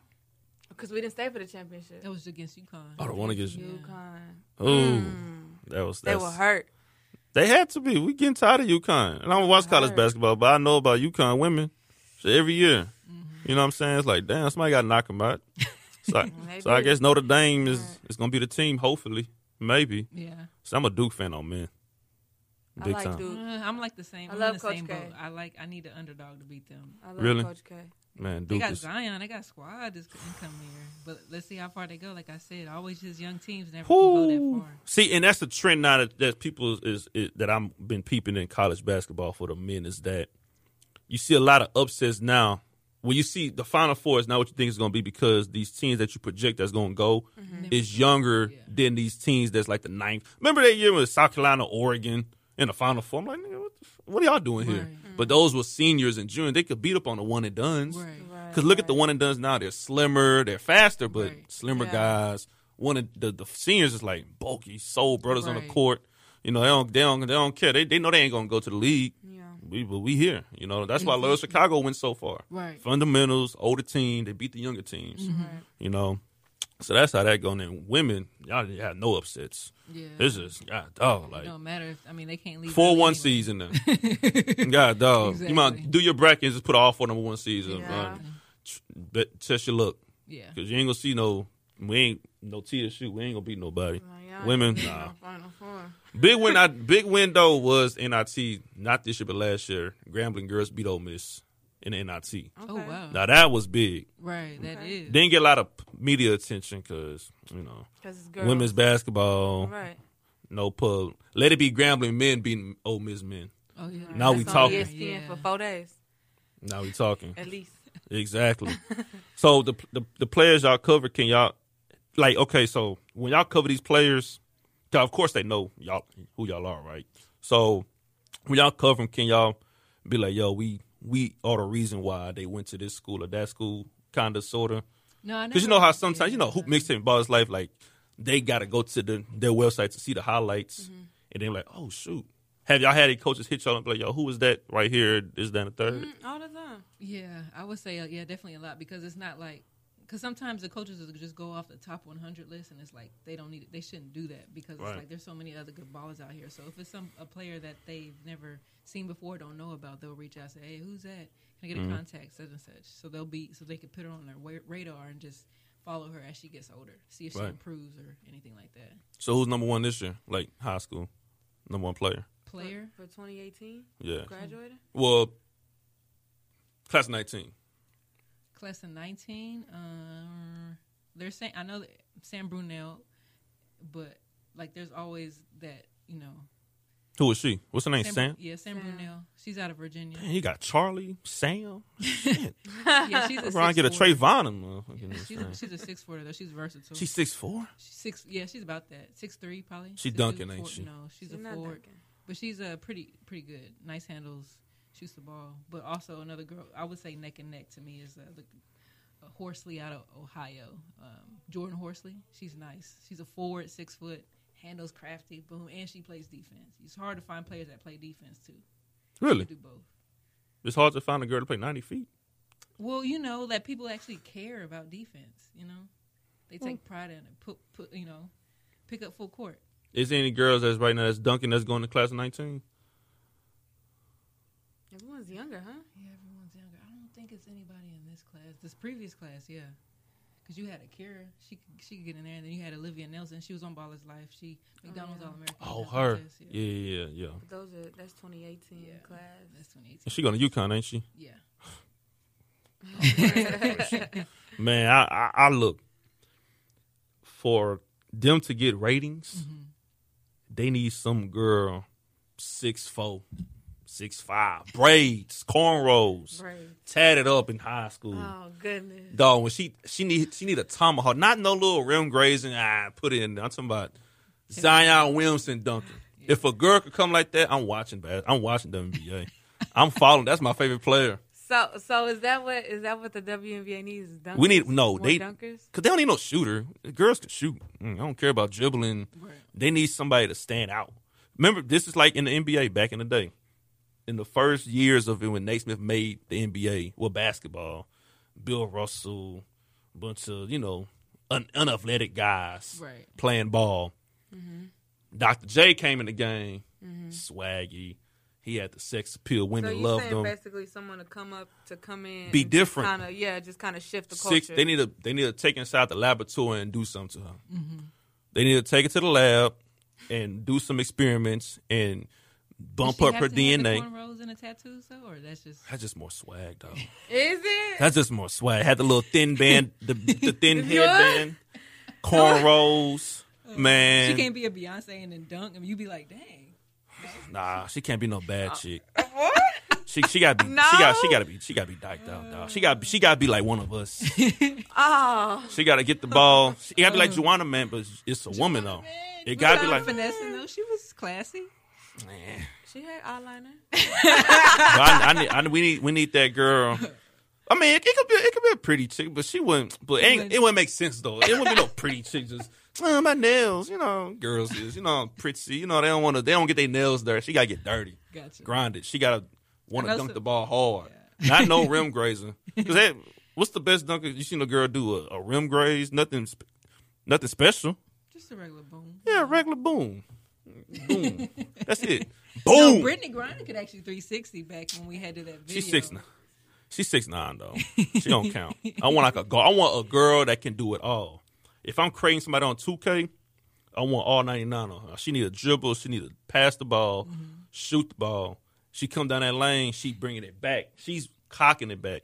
[SPEAKER 2] because we didn't stay for the championship.
[SPEAKER 3] That was against UConn.
[SPEAKER 1] Oh, the one against
[SPEAKER 3] Yeah.
[SPEAKER 2] UConn.
[SPEAKER 1] Oh,
[SPEAKER 2] Mm.
[SPEAKER 1] that was
[SPEAKER 2] They
[SPEAKER 1] that's,
[SPEAKER 2] were hurt.
[SPEAKER 1] They had to be. We getting tired of UConn, and I don't watch college
[SPEAKER 2] Hurt.
[SPEAKER 1] basketball, but I know about UConn women. So every year,
[SPEAKER 2] Mm-hmm.
[SPEAKER 1] you know what I'm saying? It's like damn, somebody got to knock them out. So, I-
[SPEAKER 2] They
[SPEAKER 1] so I
[SPEAKER 2] did.
[SPEAKER 1] guess Notre Dame is
[SPEAKER 2] Right.
[SPEAKER 1] is gonna be the team. Hopefully, maybe.
[SPEAKER 3] Yeah,
[SPEAKER 1] So I'm a Duke fan on men.
[SPEAKER 2] I
[SPEAKER 1] Big
[SPEAKER 2] like
[SPEAKER 1] time,
[SPEAKER 2] Duke.
[SPEAKER 3] Uh, I'm like the same.
[SPEAKER 2] I
[SPEAKER 3] I am
[SPEAKER 2] love
[SPEAKER 3] in the
[SPEAKER 2] Coach
[SPEAKER 3] same
[SPEAKER 2] K.
[SPEAKER 3] boat. I like. I need the underdog to beat them.
[SPEAKER 2] I love
[SPEAKER 1] Really?
[SPEAKER 2] Coach K.
[SPEAKER 1] man.
[SPEAKER 3] They
[SPEAKER 1] Duke
[SPEAKER 3] got
[SPEAKER 1] is
[SPEAKER 3] Zion. They got squad this incoming year. But let's see how far they go. Like I said, always just young teams never can go that
[SPEAKER 1] Whoo.
[SPEAKER 3] far.
[SPEAKER 1] See, and that's the trend now that, that people is, is that I'm been peeping in college basketball for the men is that you see a lot of upsets now. When you see the Final Four is not what you think it's going to be because these teams that you project that's going to go is younger
[SPEAKER 3] Mm-hmm. Yeah.
[SPEAKER 1] than these teams that's like the ninth. Remember that year with South Carolina, Oregon in the Final Four? I'm like, nigga, what, the f- what are y'all doing here?
[SPEAKER 3] Right.
[SPEAKER 1] But those were seniors in June. They could beat up on the one and duns.
[SPEAKER 3] Right.
[SPEAKER 2] Right,
[SPEAKER 1] Because look at the
[SPEAKER 2] right.
[SPEAKER 1] one and done's now. They're slimmer, they're faster, but
[SPEAKER 3] Right.
[SPEAKER 1] slimmer
[SPEAKER 2] Yeah.
[SPEAKER 1] guys. One of the, the seniors is like bulky, soul brothers on the
[SPEAKER 3] Right.
[SPEAKER 1] court. You know, they don't, they don't, they don't care. They, they know they ain't going to go to the league.
[SPEAKER 2] Yeah.
[SPEAKER 1] We, but we here. You know, that's why
[SPEAKER 3] Mm-hmm.
[SPEAKER 1] Loyal Chicago went so far.
[SPEAKER 3] Right.
[SPEAKER 1] Fundamentals, older team, they beat the younger teams.
[SPEAKER 3] Mm-hmm.
[SPEAKER 2] Right.
[SPEAKER 1] You know, so that's how that going. And women, y'all didn't have no upsets.
[SPEAKER 3] Yeah.
[SPEAKER 1] It's just, God, dog,
[SPEAKER 3] it
[SPEAKER 1] like,
[SPEAKER 3] don't matter. If, I mean, they can't leave.
[SPEAKER 1] 4 1
[SPEAKER 3] anyway.
[SPEAKER 1] season now. God, dog. You might
[SPEAKER 3] Exactly.
[SPEAKER 1] do your bracket and just put all four number one seeds up.
[SPEAKER 2] Yeah.
[SPEAKER 1] man. Tr- bet- Test your luck.
[SPEAKER 3] yeah.
[SPEAKER 1] Cause you ain't gonna see no, we ain't no TSU. We ain't gonna beat nobody.
[SPEAKER 2] Well, y'all
[SPEAKER 1] Women,
[SPEAKER 2] ain't
[SPEAKER 1] nah.
[SPEAKER 2] no Final Four.
[SPEAKER 1] Big win. I, big win though was NIT. Not this year, but last year. Grambling girls beat Ole Miss in the NIT.
[SPEAKER 2] Okay.
[SPEAKER 3] Oh wow.
[SPEAKER 1] Now that was big.
[SPEAKER 3] Right. That
[SPEAKER 2] Okay.
[SPEAKER 3] is.
[SPEAKER 1] Didn't get a lot of media attention because you know
[SPEAKER 2] 'Cause it's girls.
[SPEAKER 1] women's basketball,
[SPEAKER 2] Right.
[SPEAKER 1] no pub. Let it be Grambling men beating Ole Miss men.
[SPEAKER 3] oh yeah.
[SPEAKER 1] Now we
[SPEAKER 2] That's E
[SPEAKER 1] talking.
[SPEAKER 2] On ESPN for four days.
[SPEAKER 1] Now we talking.
[SPEAKER 2] at least.
[SPEAKER 1] Exactly. so the, the the players y'all cover, can y'all like okay? So when y'all cover these players, 'cause of course they know y'all who y'all are, right? So when y'all cover them, can y'all be like, yo, we we are the reason why they went to this school or that school, kind of sorta.
[SPEAKER 3] No, I
[SPEAKER 1] Because you know how sometimes you know hoop mixtape and ball's life, like they gotta go to the, their website to see the highlights, and they're like, oh shoot. Have y'all had any coaches hit y'all and be like, yo, who is that right here? Is that a third?
[SPEAKER 2] Mm, All the time.
[SPEAKER 3] Yeah, I would say uh, yeah, definitely a lot because it's not like because sometimes the coaches will just go off the top 100 list and it's like they don't need it. They shouldn't do that because
[SPEAKER 1] Right.
[SPEAKER 3] it's like there's so many other good ballers out here. So if it's some a player that they've never seen before, don't know about, they'll reach out and say, hey, who's that? Can I get
[SPEAKER 1] Mm-hmm.
[SPEAKER 3] a contact such and such? So they'll be so they can put her on their wa- radar and just follow her as she gets older, see if she
[SPEAKER 1] Right.
[SPEAKER 3] improves or anything like that.
[SPEAKER 1] So who's number one this year? Like high school, number one player.
[SPEAKER 3] Player.
[SPEAKER 2] For, for 2018,
[SPEAKER 1] Yeah.
[SPEAKER 2] graduated.
[SPEAKER 1] Well, class nineteen.
[SPEAKER 3] class of 19 um they're saying i know that sam brunel but like there's always that you know
[SPEAKER 1] Who is she? What's her name? Sam.
[SPEAKER 3] yeah sam,
[SPEAKER 2] Sam.
[SPEAKER 3] brunel she's out of virginia
[SPEAKER 1] Man, you got Charlie, Sam.
[SPEAKER 3] yeah she's a
[SPEAKER 1] Trying to get a
[SPEAKER 3] six-four.
[SPEAKER 1] Trayvon. in motherfucking this
[SPEAKER 3] she's a,
[SPEAKER 1] thing.
[SPEAKER 3] she's a six footer though she's versatile
[SPEAKER 1] She's six four.
[SPEAKER 3] She's six yeah she's about that six three probably
[SPEAKER 1] She
[SPEAKER 3] Six,
[SPEAKER 1] dunking,
[SPEAKER 3] two,
[SPEAKER 1] ain't
[SPEAKER 3] four-
[SPEAKER 1] she?
[SPEAKER 3] no she's,
[SPEAKER 2] She's
[SPEAKER 3] a
[SPEAKER 2] not
[SPEAKER 3] forward
[SPEAKER 2] dunking.
[SPEAKER 3] but she's a pretty pretty good nice handles shoots the ball but also another girl i would say neck and neck to me is uh, the uh, horsley out of ohio um, jordan horsley she's nice she's a forward six foot handles crafty boom and she plays defense it's hard to find players that play defense too
[SPEAKER 1] Really?
[SPEAKER 3] They do both
[SPEAKER 1] It's hard to find a girl to play ninety feet.
[SPEAKER 3] well you know that people actually care about defense you know they take pride in it put, put you know pick up full court
[SPEAKER 1] Is there any girls that's right now that's dunking that's going to class of nineteen?
[SPEAKER 2] Everyone's younger, huh?
[SPEAKER 3] Yeah, everyone's younger. I don't think it's anybody in this class. This previous class, yeah. Because you had Akira, she she could get in there, and then you had Olivia Nelson. She was on Ballers Life. She McDonald's
[SPEAKER 2] yeah.
[SPEAKER 3] All American.
[SPEAKER 1] Oh, her. Yeah, yeah, yeah.
[SPEAKER 2] But those are that's 2018
[SPEAKER 3] Yeah.
[SPEAKER 2] class.
[SPEAKER 3] That's 2018.
[SPEAKER 1] And she going to UConn, ain't she?
[SPEAKER 3] Yeah.
[SPEAKER 1] Man, I, I, I look for them to get ratings.
[SPEAKER 3] Mm-hmm.
[SPEAKER 1] They need some girl six four, six five, braids, cornrows,
[SPEAKER 2] Brave.
[SPEAKER 1] tatted up in high school.
[SPEAKER 2] Oh goodness.
[SPEAKER 1] Dog, when she she need she need a tomahawk, not no little rim grazing. Ah, put it in. there. I'm talking about Zion Williamson dunking. If a girl could come like that, I'm watching. bas- I'm watching WNBA. I'm following. That's my favorite player.
[SPEAKER 2] So so is that what is that what the WNBA needs? Is dunkers?
[SPEAKER 1] We need no.
[SPEAKER 2] More
[SPEAKER 1] They
[SPEAKER 2] dunkers.
[SPEAKER 1] Cause they don't need no shooter. Girls can shoot. Mm, I don't care about dribbling.
[SPEAKER 3] Right.
[SPEAKER 1] They need somebody to stand out. Remember, this is like in the NBA back in the day. In the first years of it, when Naismith made the NBA with basketball, Bill Russell, bunch of you know un- unathletic guys
[SPEAKER 3] Right.
[SPEAKER 1] playing ball.
[SPEAKER 2] Mm-hmm.
[SPEAKER 1] Dr. J came in the game, swaggy. He had the sex appeal.
[SPEAKER 2] So
[SPEAKER 1] Women
[SPEAKER 2] you
[SPEAKER 1] loved
[SPEAKER 2] saying
[SPEAKER 1] him.
[SPEAKER 2] basically someone to come up to come in,
[SPEAKER 1] Be different.
[SPEAKER 2] Kind of yeah, just kind of shift the culture.
[SPEAKER 1] six. They need to they need to take inside the laboratory and do something to her. They need to take it to the lab and do some experiments and
[SPEAKER 3] Does
[SPEAKER 1] bump
[SPEAKER 3] she
[SPEAKER 1] up
[SPEAKER 3] have
[SPEAKER 1] her
[SPEAKER 3] to have the
[SPEAKER 1] DNA.
[SPEAKER 3] cornrows and the tattoos, though, or that's just
[SPEAKER 1] That's just more swag, though.
[SPEAKER 2] Is it?
[SPEAKER 1] That's just more swag. Had the little thin band, the, the thin
[SPEAKER 2] You what?
[SPEAKER 1] headband, cornrows. Man,
[SPEAKER 3] she can't be a Beyonce and then dunk, and you be like, dang.
[SPEAKER 1] nah, she can't be no bad chick.
[SPEAKER 2] what?
[SPEAKER 1] She she got to be
[SPEAKER 2] No.
[SPEAKER 1] she got she got to be she got to be diked out, dog. She got she got to be like one of us.
[SPEAKER 2] Oh,
[SPEAKER 1] She got to get the ball. She got to be like Juana Man, but it's a woman though. It got to be like
[SPEAKER 3] finessing though. She was classy.
[SPEAKER 1] man.
[SPEAKER 2] she had eyeliner.
[SPEAKER 1] But I, I need, I, we need we need that girl. I mean, it, it could be it could be a pretty chick, but she wouldn't. But ain't, it wouldn't make sense though. It wouldn't be no pretty chick. Just "Uh, my nails, you know, girls is you know pretty. You know they don't want to. They don't get their nails dirty. She gotta get dirty,
[SPEAKER 3] Gotcha.
[SPEAKER 1] grinded. She gotta want
[SPEAKER 3] I
[SPEAKER 1] to
[SPEAKER 3] know
[SPEAKER 1] dunk
[SPEAKER 3] some-
[SPEAKER 1] the ball hard. Not no rim grazing. Cause that, what's the best dunker you seen a girl do? A, a rim graze? Nothing, sp- nothing special.
[SPEAKER 3] Just a regular boom.
[SPEAKER 1] Yeah, regular boom, boom. That's it.
[SPEAKER 3] No,
[SPEAKER 1] Boom.
[SPEAKER 3] Brittany Griner could actually 360 back when we had to that video.
[SPEAKER 1] She's six nine. She's six nine though. She don't count. I want like a girl. I want a girl that can do it all. If I'm creating somebody on two K, I want all ninety nine on her. She need a dribble. She need to pass the ball,
[SPEAKER 3] Mm-hmm.
[SPEAKER 1] shoot the ball. She come down that lane. She bringing it back. She's cocking it back.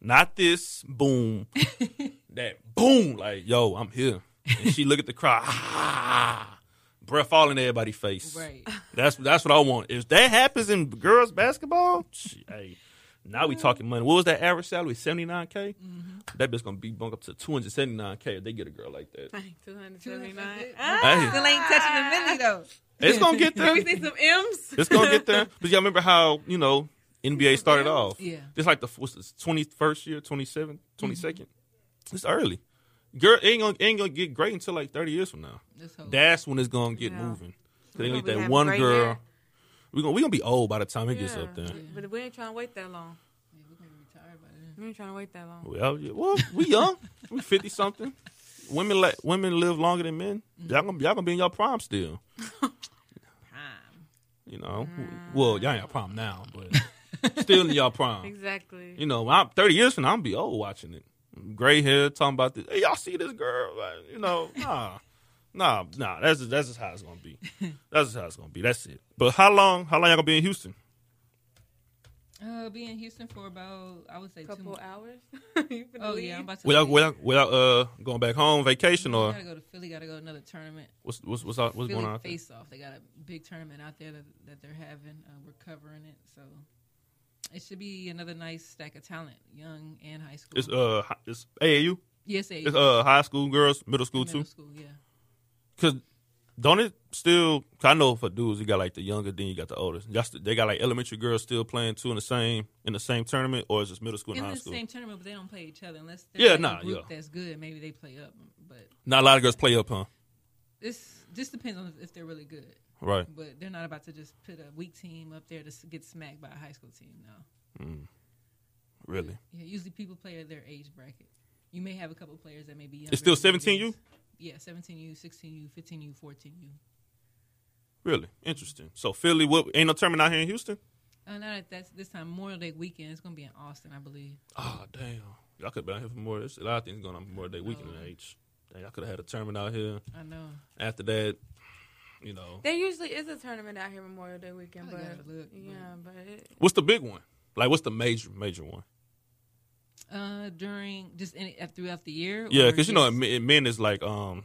[SPEAKER 1] Not this boom. that boom. Like yo, I'm here. And she look at the crowd. Ah, breath all in everybody's face.
[SPEAKER 3] Right.
[SPEAKER 1] That's that's what I want. If that happens in girls basketball, gee, hey, Now we talking money. What was that average salary? Seventy nine k. That bitch gonna be bumped up to two hundred seventy nine k if they get a girl like that.
[SPEAKER 2] Two hundred seventy nine.
[SPEAKER 3] Ah.
[SPEAKER 1] Hey.
[SPEAKER 5] Still ain't touching the milli though.
[SPEAKER 1] It's gonna get
[SPEAKER 2] Can
[SPEAKER 1] there.
[SPEAKER 2] we see some M's?
[SPEAKER 1] It's gonna get there. But y'all remember how you know NBA started off?
[SPEAKER 3] Yeah.
[SPEAKER 1] It's like the what's this, 21st year, 27th, 22nd. It's early. Girl, it ain't gonna it ain't gonna get great until like thirty years from now.
[SPEAKER 3] Let's hope.
[SPEAKER 1] That's when it's gonna get
[SPEAKER 2] Yeah.
[SPEAKER 1] moving. 'Cause They gonna
[SPEAKER 2] We
[SPEAKER 1] get that
[SPEAKER 2] have
[SPEAKER 1] one
[SPEAKER 2] great
[SPEAKER 1] girl.
[SPEAKER 2] hair.
[SPEAKER 1] We gonna we gonna be old by the time it gets
[SPEAKER 2] Yeah.
[SPEAKER 1] up there.
[SPEAKER 2] But we ain't trying to wait that long.
[SPEAKER 3] Yeah, we're gonna be tired by then.
[SPEAKER 2] We ain't trying to wait that long.
[SPEAKER 1] Well, yeah, well, we young. we fifty something. Women let women live longer than men.
[SPEAKER 3] Mm-hmm.
[SPEAKER 1] Y'all gonna y'all gonna be in your prime still.
[SPEAKER 3] Prime.
[SPEAKER 1] You know.
[SPEAKER 3] Mm.
[SPEAKER 1] Well, y'all ain't prime now, but still in y'all prime.
[SPEAKER 2] Exactly.
[SPEAKER 1] You know, when I'm thirty years from now, I'm gonna be old watching it. Gray hair, talking about this. Hey, y'all see this girl? Like, you know, nah, nah, nah. That's just, that's just how it's gonna be. That's just how it's gonna be. That's it. But how long? How long y'all gonna be in Houston?
[SPEAKER 3] Uh, be in Houston for about I would say two.
[SPEAKER 2] couple
[SPEAKER 3] months.
[SPEAKER 2] hours. you finna
[SPEAKER 3] Oh
[SPEAKER 2] leave?
[SPEAKER 3] yeah, I'm about to.
[SPEAKER 1] Without
[SPEAKER 3] leave.
[SPEAKER 1] without without uh going back home vacation or
[SPEAKER 3] gotta go to Philly. Gotta go to another tournament.
[SPEAKER 1] what's what's what's, out- what's
[SPEAKER 3] Philly
[SPEAKER 1] going on? out there?
[SPEAKER 3] face off. They got a big tournament out there that, that they're having. Uh, we're covering it, so it should be another nice stack of talent, young and high school.
[SPEAKER 1] It's uh hi- it's AAU.
[SPEAKER 3] yes,
[SPEAKER 1] It's uh high school girls, middle school
[SPEAKER 3] middle
[SPEAKER 1] too.
[SPEAKER 3] school. Yeah,
[SPEAKER 1] Cause don't it still? 'cause I know for dudes, you got like the younger, then you got the oldest. Y'all st- they got like elementary girls still playing too in the same in the same tournament, or is this middle school and
[SPEAKER 3] in
[SPEAKER 1] high
[SPEAKER 3] the
[SPEAKER 1] school?
[SPEAKER 3] same tournament, but they don't play each other unless
[SPEAKER 1] Yeah,
[SPEAKER 3] they're like
[SPEAKER 1] nah,
[SPEAKER 3] a group
[SPEAKER 1] yeah.
[SPEAKER 3] that's good. Maybe they play up, but
[SPEAKER 1] Not a lot of girls play up, huh?
[SPEAKER 3] this just depends on if they're really good.
[SPEAKER 1] Right.
[SPEAKER 3] But they're not about to just put a weak team up there to s- get smacked by a high school team. No,
[SPEAKER 1] Really?
[SPEAKER 3] yeah, usually people play at their age bracket. You may have a couple players that may be.
[SPEAKER 1] It's still
[SPEAKER 3] younger than
[SPEAKER 1] 17U?
[SPEAKER 3] these. Yeah, seventeen U, sixteen U, fifteen U, fourteen U.
[SPEAKER 1] Really? Interesting. So Philly, what ain't no tournament out here in Houston?
[SPEAKER 3] Uh, not at that, this time, Memorial Day weekend. It's going to be in Austin, I believe.
[SPEAKER 1] Oh, damn. Y'all could have been out here for more. There's a lot of things going on more day weekend
[SPEAKER 3] Oh.
[SPEAKER 1] in age. Dang, y'all could have had a tournament out here.
[SPEAKER 3] I know.
[SPEAKER 1] After that, you know.
[SPEAKER 2] There usually is a tournament out here Memorial Day weekend,
[SPEAKER 3] I
[SPEAKER 2] but
[SPEAKER 3] gotta Oh, look, but-
[SPEAKER 2] yeah, but it,
[SPEAKER 1] What's the big one? Like what's the major major one?
[SPEAKER 3] Uh, during just any, uh, throughout the year.
[SPEAKER 1] Yeah,
[SPEAKER 3] or
[SPEAKER 1] because you know,
[SPEAKER 3] just-
[SPEAKER 1] in, in men is like, um,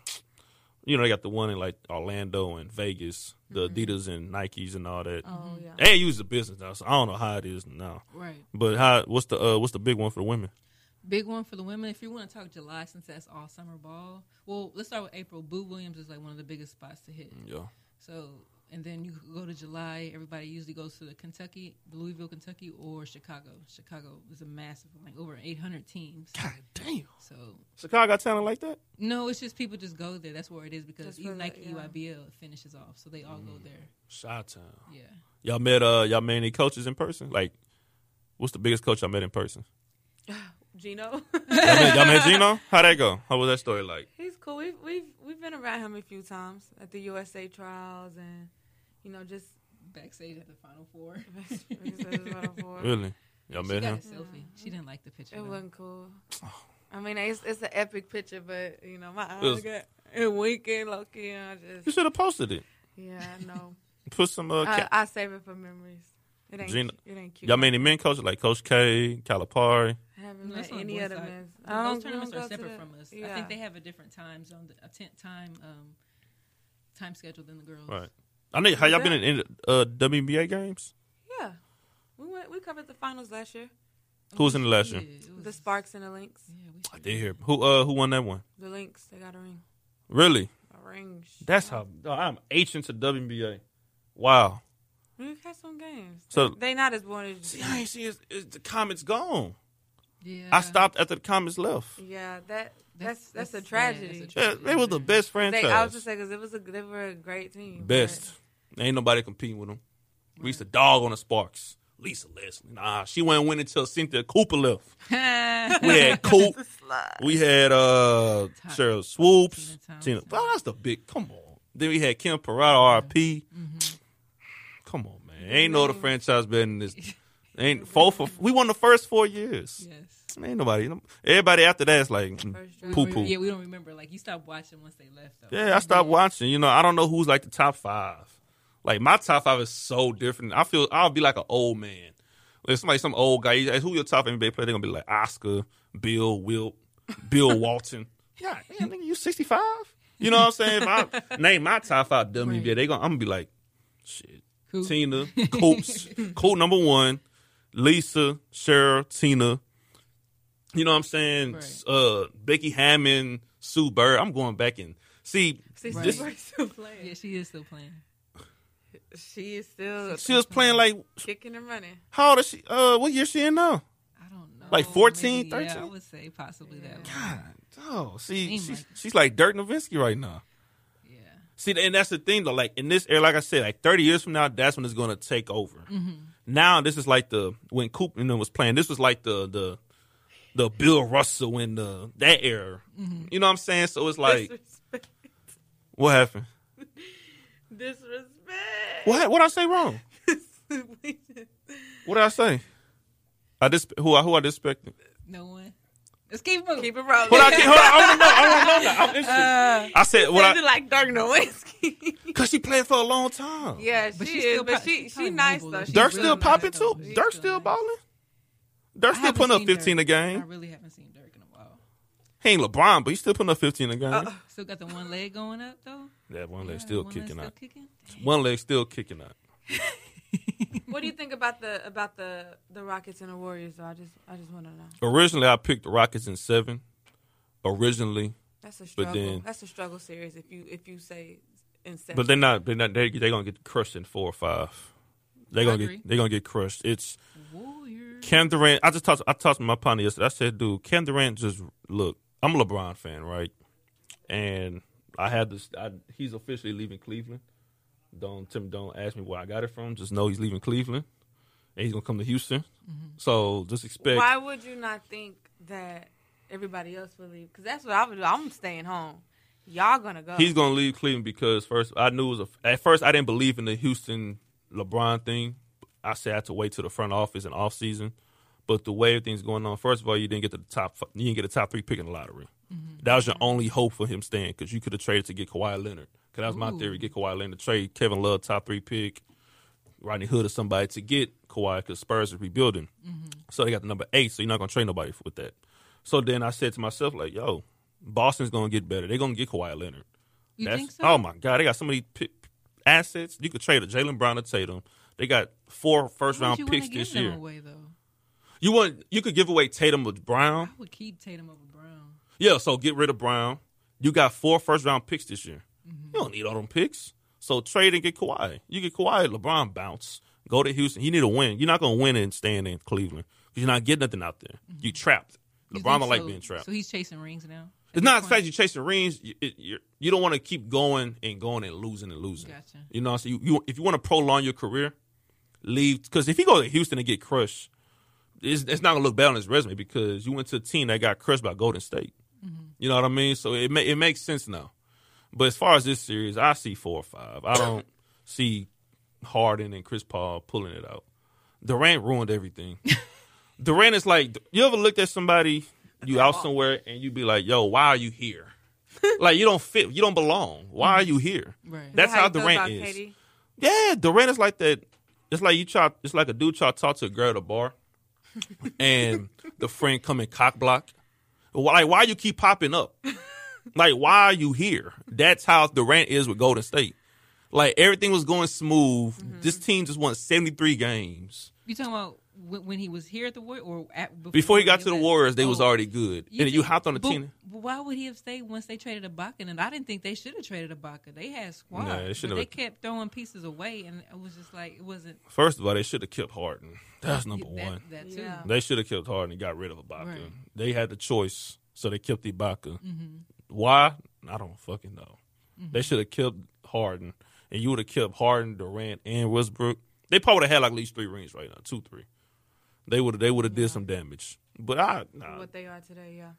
[SPEAKER 1] you know, they got the one in like Orlando and Vegas, the Adidas and Nikes and all
[SPEAKER 3] Mm-hmm.
[SPEAKER 1] that.
[SPEAKER 2] oh yeah.
[SPEAKER 1] They ain't use the business now, so I don't know how it is now.
[SPEAKER 3] right.
[SPEAKER 1] But how? What's the uh, what's the big one for the women?
[SPEAKER 3] Big one for the women. If you want to talk July, since that's all summer ball. Well, let's start with April. Boo Williams is like one of the biggest spots to hit.
[SPEAKER 1] Yeah,
[SPEAKER 3] So, and then you could go to July. Everybody usually goes to the Kentucky, Louisville, Kentucky, or Chicago. Chicago is a massive, like over 800 teams.
[SPEAKER 1] God damn,
[SPEAKER 3] So
[SPEAKER 1] Chicago got talent like that.
[SPEAKER 3] No, it's just people just go there. That's where it is because
[SPEAKER 2] Just
[SPEAKER 3] even
[SPEAKER 2] for
[SPEAKER 3] like E
[SPEAKER 2] the- yeah.
[SPEAKER 3] EYBL finishes off, so they all go there.
[SPEAKER 1] Shot town.
[SPEAKER 3] Yeah,
[SPEAKER 1] Y'all met uh y'all met any coaches in person? Like, what's the biggest coach y'all met in person?
[SPEAKER 2] Gino,
[SPEAKER 1] Y'all met, y'all met Gino? How that go? How was that story like?
[SPEAKER 2] he's cool. We've we've we've been around him a few times at the USA trials, and you know just
[SPEAKER 3] backstage at the Final Four.
[SPEAKER 2] it
[SPEAKER 1] Really? Y'all
[SPEAKER 3] She
[SPEAKER 1] met
[SPEAKER 3] got a
[SPEAKER 1] him?
[SPEAKER 3] selfie. She didn't like the picture. though.
[SPEAKER 2] wasn't cool. I mean, it's it's an epic picture, but you know my
[SPEAKER 1] Oh. It was-
[SPEAKER 2] eyes got it winking, low key. and I
[SPEAKER 1] You
[SPEAKER 2] just
[SPEAKER 1] should have posted it.
[SPEAKER 2] yeah, I know.
[SPEAKER 1] Put some uh.
[SPEAKER 2] I,
[SPEAKER 1] ca-
[SPEAKER 2] I save it for memories. It ain't
[SPEAKER 1] Gino-
[SPEAKER 2] cu- it ain't cute.
[SPEAKER 1] Y'all met any men coaches like Coach K, Calipari?
[SPEAKER 2] I haven't
[SPEAKER 3] No, that's
[SPEAKER 2] met
[SPEAKER 3] on
[SPEAKER 2] any
[SPEAKER 3] the boys'
[SPEAKER 2] other
[SPEAKER 3] side.
[SPEAKER 2] men.
[SPEAKER 3] Th-
[SPEAKER 2] I
[SPEAKER 3] Those
[SPEAKER 2] don't- we
[SPEAKER 3] tournaments
[SPEAKER 2] don't
[SPEAKER 3] are
[SPEAKER 2] go to
[SPEAKER 3] separate
[SPEAKER 2] the-
[SPEAKER 3] from us. I
[SPEAKER 2] yeah.
[SPEAKER 3] think they have a different time zone, a t- time um, time schedule than the girls.
[SPEAKER 1] Right. I know. How y'all been in, in uh, WNBA games?
[SPEAKER 2] Yeah. We went we covered the finals last year.
[SPEAKER 1] Who was in the last
[SPEAKER 3] Yeah,
[SPEAKER 1] year?
[SPEAKER 3] it was-
[SPEAKER 2] The Sparks and the Lynx.
[SPEAKER 3] Yeah, we
[SPEAKER 1] I
[SPEAKER 3] should-
[SPEAKER 1] did hear. Who uh who won that one?
[SPEAKER 2] The Lynx, they got a ring.
[SPEAKER 1] Really?
[SPEAKER 2] A ring.
[SPEAKER 1] That's how oh, I'm H into WNBA. Wow.
[SPEAKER 2] We had some games.
[SPEAKER 1] So-
[SPEAKER 2] So they not as boring as
[SPEAKER 1] See, I ain't see it's, it's, the comments gone.
[SPEAKER 3] Yeah.
[SPEAKER 1] I stopped after the comments left.
[SPEAKER 2] Yeah, that
[SPEAKER 3] That's-
[SPEAKER 2] that's that's,
[SPEAKER 3] that's
[SPEAKER 2] a
[SPEAKER 3] sad. That's
[SPEAKER 2] tragedy.
[SPEAKER 3] a tra-
[SPEAKER 1] Yeah, they was the best franchise.
[SPEAKER 2] They, I was just saying because it was a they were a great team. but-
[SPEAKER 1] Best. Ain't nobody competing with them. We used to dog on the Sparks. Lisa Leslie. Nah, she wasn't winning until Cynthia Cooper left. We had Coop. We had uh Cheryl Swoops.
[SPEAKER 3] Tina Thompson.
[SPEAKER 1] Tina. Well, that's the big. Come on. Then we had Kim Parada, RP. Come on, man. Ain't no other franchise better than this. Ain't four for. We won the first four years.
[SPEAKER 3] Yes.
[SPEAKER 1] Ain't nobody. Everybody after that is like mm,
[SPEAKER 2] First round.
[SPEAKER 1] poo poo.
[SPEAKER 3] Yeah, we don't remember. Like you stopped watching once they left. Though.
[SPEAKER 1] Yeah, I stopped watching. You know, I don't know who's like the top five. Like my top five is so different. I feel I'll be like an old man. If somebody, some old guy, you ask who your top NBA player, they're gonna be like Oscar, Bill Wilt, Bill Walton. Yeah, man, nigga, you sixty five. You know what I'm saying? If I name my top five WNBA, they gonna I'm gonna be like, shit,
[SPEAKER 3] Coop.
[SPEAKER 1] Tina, Coops, Coop number one, Lisa, Cheryl, Tina. You know what I'm saying?
[SPEAKER 3] Right.
[SPEAKER 1] Uh, Becky Hammond, Sue Bird. I'm going back and see.
[SPEAKER 2] See,
[SPEAKER 3] Right.
[SPEAKER 2] Sue Bird's still playing.
[SPEAKER 3] Yeah, she is still playing.
[SPEAKER 2] She is still
[SPEAKER 1] She was playing like
[SPEAKER 2] kicking and running.
[SPEAKER 1] how old is she? Uh, what year she in now?
[SPEAKER 3] I don't know.
[SPEAKER 1] Like 14,
[SPEAKER 3] maybe, Yeah, I
[SPEAKER 1] 13?
[SPEAKER 3] would say possibly that. One.
[SPEAKER 1] God, oh, see,
[SPEAKER 3] Seem
[SPEAKER 1] she's
[SPEAKER 3] like it.
[SPEAKER 1] she's like Dirk Nowitzki right now.
[SPEAKER 3] Yeah.
[SPEAKER 1] See, and that's the thing though. Like in this era, like I said, like thirty years from now, that's when it's gonna take over.
[SPEAKER 3] Mm-hmm.
[SPEAKER 1] Now this is like the when Coop and them was playing. This was like the the the Bill Russell and the that era.
[SPEAKER 3] Mm-hmm.
[SPEAKER 1] You know what I'm saying? So it's like,
[SPEAKER 2] disrespect.
[SPEAKER 1] what happened?
[SPEAKER 2] Disrespect.
[SPEAKER 1] What what I say wrong?
[SPEAKER 2] We just-
[SPEAKER 1] What did I say? I dis who I who I disrespected.
[SPEAKER 3] No one. Let's keep moving.
[SPEAKER 2] Keep it rolling.
[SPEAKER 1] What I hold on, I want to know. I want to know. Now. I'm interested.
[SPEAKER 3] Uh,
[SPEAKER 1] I said what
[SPEAKER 2] What
[SPEAKER 1] I
[SPEAKER 2] like Dirk Nowitzki.
[SPEAKER 1] because she played for a long time.
[SPEAKER 2] yeah, she
[SPEAKER 3] But she's
[SPEAKER 2] is,
[SPEAKER 3] still
[SPEAKER 2] but
[SPEAKER 3] pro-
[SPEAKER 2] she
[SPEAKER 3] she's
[SPEAKER 2] she
[SPEAKER 3] probably
[SPEAKER 2] nice
[SPEAKER 3] mobile.
[SPEAKER 2] though.
[SPEAKER 3] Dirk
[SPEAKER 2] She's
[SPEAKER 1] Dirk
[SPEAKER 2] really
[SPEAKER 1] still
[SPEAKER 2] nice,
[SPEAKER 1] popping
[SPEAKER 2] though.
[SPEAKER 1] too.
[SPEAKER 3] She's
[SPEAKER 1] Dirk
[SPEAKER 3] still
[SPEAKER 1] still
[SPEAKER 3] nice.
[SPEAKER 1] balling. Dirk
[SPEAKER 3] I
[SPEAKER 1] still
[SPEAKER 3] haven't
[SPEAKER 1] putting up
[SPEAKER 3] seen
[SPEAKER 1] 15 a
[SPEAKER 3] Dirk. I
[SPEAKER 1] game.
[SPEAKER 3] really haven't seen Dirk in a while.
[SPEAKER 1] He ain't LeBron, but he's still putting up 15 a game.
[SPEAKER 2] Uh,
[SPEAKER 3] Still got the one leg going up though.
[SPEAKER 1] that one
[SPEAKER 3] Uh-uh. Yeah,
[SPEAKER 1] leg still
[SPEAKER 3] one leg's
[SPEAKER 1] kicking
[SPEAKER 3] still
[SPEAKER 1] out.
[SPEAKER 3] Kicking?
[SPEAKER 1] One leg still kicking out.
[SPEAKER 2] What do you think about the about the the Rockets and the Warriors? Though I just I just want to know.
[SPEAKER 1] Originally, I picked the Rockets in seven. Originally,
[SPEAKER 2] That's a struggle.
[SPEAKER 1] then-
[SPEAKER 2] That's a struggle series. If you if you say instead,
[SPEAKER 1] but they're not. They're not. They they gonna get crushed in four or five. They're gonna
[SPEAKER 3] agree.
[SPEAKER 1] get. They're gonna get crushed. It's
[SPEAKER 3] Warrior.
[SPEAKER 1] Cam Durant. I just talked. I talked to my partner yesterday. I said, "Dude, Cam Durant just look. I'm a LeBron fan, right? And I had this. I, he's officially leaving Cleveland. Don't Tim. Don't ask me where I got it from. Just know he's leaving Cleveland, and he's gonna come to Houston.
[SPEAKER 3] Mm-hmm.
[SPEAKER 1] So just expect.
[SPEAKER 2] why would you not think that everybody else would leave? Because that's what I would do. I'm staying home. Y'all gonna go.
[SPEAKER 1] He's gonna leave Cleveland because first I knew it was a, at first I didn't believe in the Houston LeBron thing. I said I had to wait to the front office and off season. But the way everything's going on, first of all, you didn't get to the top. f- You didn't get a top three pick in the lottery. That was your only hope for him staying because you could have traded to get Kawhi Leonard. Because that was my
[SPEAKER 3] Ooh.
[SPEAKER 1] theory: get Kawhi Leonard, trade Kevin Love, top three pick, Rodney Hood or somebody to get Kawhi because Spurs are rebuilding. So they got the number eight. So you're not gonna trade nobody with that. So then I said to myself, like, yo, Boston's gonna get better. They're gonna get Kawhi Leonard.
[SPEAKER 3] You
[SPEAKER 1] That's-
[SPEAKER 3] think so?
[SPEAKER 1] Oh my God, they got so many pi assets. You could trade a Jalen Brown or Tatum. They got four first
[SPEAKER 3] Why
[SPEAKER 1] round
[SPEAKER 3] would you wanna
[SPEAKER 1] picks
[SPEAKER 3] give
[SPEAKER 1] this
[SPEAKER 3] them
[SPEAKER 1] year.
[SPEAKER 3] Away, though?
[SPEAKER 1] You want you could give away Tatum with
[SPEAKER 3] I
[SPEAKER 1] Brown.
[SPEAKER 3] would keep Tatum over Brown.
[SPEAKER 1] Yeah, so get rid of Brown. You got four first round picks this year.
[SPEAKER 3] Mm-hmm.
[SPEAKER 1] You don't need all them picks. So trade and get Kawhi. You get Kawhi, LeBron bounce. Go to Houston. You need to win. You're not gonna win and staying in Cleveland because you're not getting nothing out there. You trapped.
[SPEAKER 3] Mm-hmm. You
[SPEAKER 1] LeBron
[SPEAKER 3] think
[SPEAKER 1] don't like
[SPEAKER 3] so-
[SPEAKER 1] being trapped.
[SPEAKER 3] So he's chasing rings now.
[SPEAKER 1] It's not the fact you're chasing rings. You, it, you're, you don't want to keep going and going and losing and losing.
[SPEAKER 3] Gotcha.
[SPEAKER 1] You know, so you, you if you want to prolong your career, leave because if you go to Houston and get crushed, it's, it's not gonna look bad on his resume because you went to a team that got crushed by Golden State. You know what I mean? So it ma- it makes sense now. But as far as this series, I see four or five. I don't see Harden and Chris Paul pulling it out. Durant ruined everything. Durant is like, you ever looked at somebody you out somewhere and you be like, yo, why are you here? like you don't fit, you don't belong. Why are you here?
[SPEAKER 3] Right.
[SPEAKER 1] That's
[SPEAKER 2] you
[SPEAKER 1] how
[SPEAKER 2] feel
[SPEAKER 1] Durant
[SPEAKER 2] about
[SPEAKER 1] is.
[SPEAKER 2] KD?
[SPEAKER 1] Yeah, Durant is like that. It's like you try. It's like a dude try to talk to a girl at a bar, and the friend come and cock block. Why, like, why you keep popping up? Like, why are you here? That's how Durant is with Golden State. Like everything was going smooth.
[SPEAKER 3] Mm-hmm.
[SPEAKER 1] This team just won seventy three games
[SPEAKER 3] You talking about when, when he was here at the Warriors or at, before,
[SPEAKER 1] before he got to the
[SPEAKER 3] left?
[SPEAKER 1] Warriors. They was
[SPEAKER 3] Oh.
[SPEAKER 1] already good, and you
[SPEAKER 3] think-
[SPEAKER 1] hopped on the
[SPEAKER 3] but-
[SPEAKER 1] team.
[SPEAKER 3] But why would he have stayed once they traded Ibaka? And I didn't think they should have traded Ibaka. They had squad.
[SPEAKER 1] Nah, they
[SPEAKER 3] but
[SPEAKER 1] should've-
[SPEAKER 3] they kept throwing pieces away, and it was just like it wasn't
[SPEAKER 1] First of all, they should have kept Harden. That's number
[SPEAKER 3] that,
[SPEAKER 1] one.
[SPEAKER 3] That too.
[SPEAKER 2] Yeah.
[SPEAKER 1] They should have kept Harden and got rid of Ibaka.
[SPEAKER 3] Right.
[SPEAKER 1] They had the choice, so they kept Ibaka.
[SPEAKER 2] Mm-hmm.
[SPEAKER 1] Why? I don't fucking know. They should have kept Harden, and you would have kept Harden, Durant, and Westbrook. They probably would have had like at least three rings right now, two, three. They would have. They would have did some damage. But I, nah,
[SPEAKER 2] What they are today, yeah.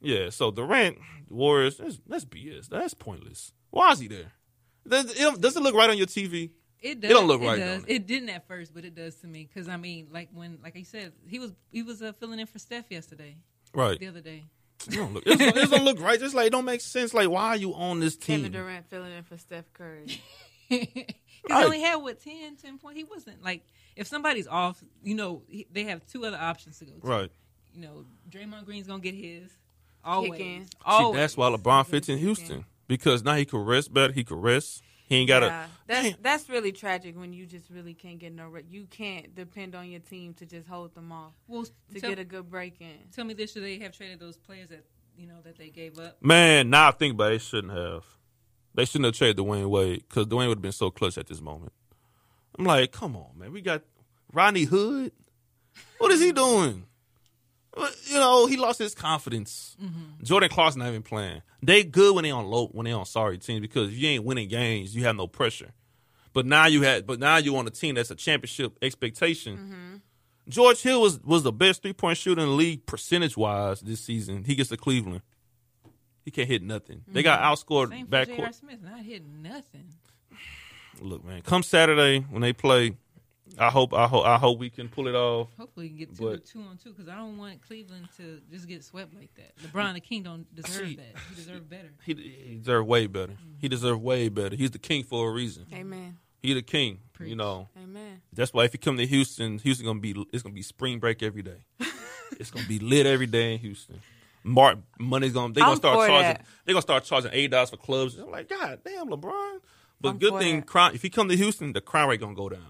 [SPEAKER 1] yeah. So Durant, Warriors, that's, that's BS. That's pointless. Why is he there? Does it, does it look right on your TV?
[SPEAKER 3] It does.
[SPEAKER 1] It don't look right,
[SPEAKER 3] does.
[SPEAKER 1] don't it?
[SPEAKER 3] It didn't at first, but it does to me because I mean, like when, like I said, he was he was uh, filling in for Steph yesterday,
[SPEAKER 1] Right.
[SPEAKER 3] the other day.
[SPEAKER 1] It don't look. It don't, it don't look right. Just like it don't make sense. Like why are you on this team?
[SPEAKER 2] Kevin Durant filling in for Steph Curry.
[SPEAKER 3] Because
[SPEAKER 1] Right.
[SPEAKER 3] he only had what 10, 10 points. He wasn't like if somebody's off, you know, he, they have two other options to go. To.
[SPEAKER 1] Right.
[SPEAKER 3] You know, Draymond Green's gonna get his always.
[SPEAKER 2] Kicking. See,
[SPEAKER 1] See,
[SPEAKER 3] Always.
[SPEAKER 1] that's why LeBron fits in
[SPEAKER 2] He's
[SPEAKER 1] Houston because now he can rest better. He can rest. He ain't got to.
[SPEAKER 2] Yeah, that's that's really tragic when you just really can't get no. Re- you can't depend on your team to just hold them off
[SPEAKER 3] Well,
[SPEAKER 2] to
[SPEAKER 3] tell,
[SPEAKER 2] get a good break in.
[SPEAKER 3] tell me this: should they have traded those players that you know that they gave up?
[SPEAKER 1] Man, now I think about it, they shouldn't have. They shouldn't have traded Dwayne Wade because Dwayne would have been so clutch at this moment. I'm like, come on, man. We got Ronnie Hood. What is he doing? What- You know, he lost his confidence.
[SPEAKER 3] Mm-hmm.
[SPEAKER 1] Jordan Clarkson not even playing. They good when they on low when they on sorry teams because if you ain't winning games, you have no pressure. But now you had, but now you on a team that's a championship expectation.
[SPEAKER 3] Mm-hmm.
[SPEAKER 1] George Hill was was the best three point shooter in the league percentage wise this season. He gets to Cleveland. He can't hit nothing. They got
[SPEAKER 3] Mm-hmm. Same
[SPEAKER 1] outscored
[SPEAKER 3] for J.R.
[SPEAKER 1] backcourt.
[SPEAKER 3] Smith, not hitting nothing.
[SPEAKER 1] Look, man, come Saturday when they play, I hope I hope I hope we can pull it off.
[SPEAKER 3] Hopefully, we can get two,
[SPEAKER 1] But-
[SPEAKER 3] two on two because I don't want Cleveland to just get swept like that. LeBron the King don't deserve
[SPEAKER 1] See-
[SPEAKER 3] that. He deserved better.
[SPEAKER 1] He, he deserved way better. He deserved way better. He's the king for a reason.
[SPEAKER 2] Amen.
[SPEAKER 1] He the king. You
[SPEAKER 3] Preach.
[SPEAKER 1] know
[SPEAKER 2] Amen.
[SPEAKER 1] that's why if you come to Houston, Houston gonna be it's gonna be spring break every day. it's gonna be lit every day in Houston. Mark money's gonna they gonna
[SPEAKER 2] I'm
[SPEAKER 1] start
[SPEAKER 2] for
[SPEAKER 1] charging
[SPEAKER 2] that.
[SPEAKER 1] they gonna start charging eight dollars for clubs. I'm like, God damn, LeBron. But
[SPEAKER 2] I'm
[SPEAKER 1] good
[SPEAKER 2] for
[SPEAKER 1] thing
[SPEAKER 2] that.
[SPEAKER 1] crime if you come to Houston, the crime rate gonna go down.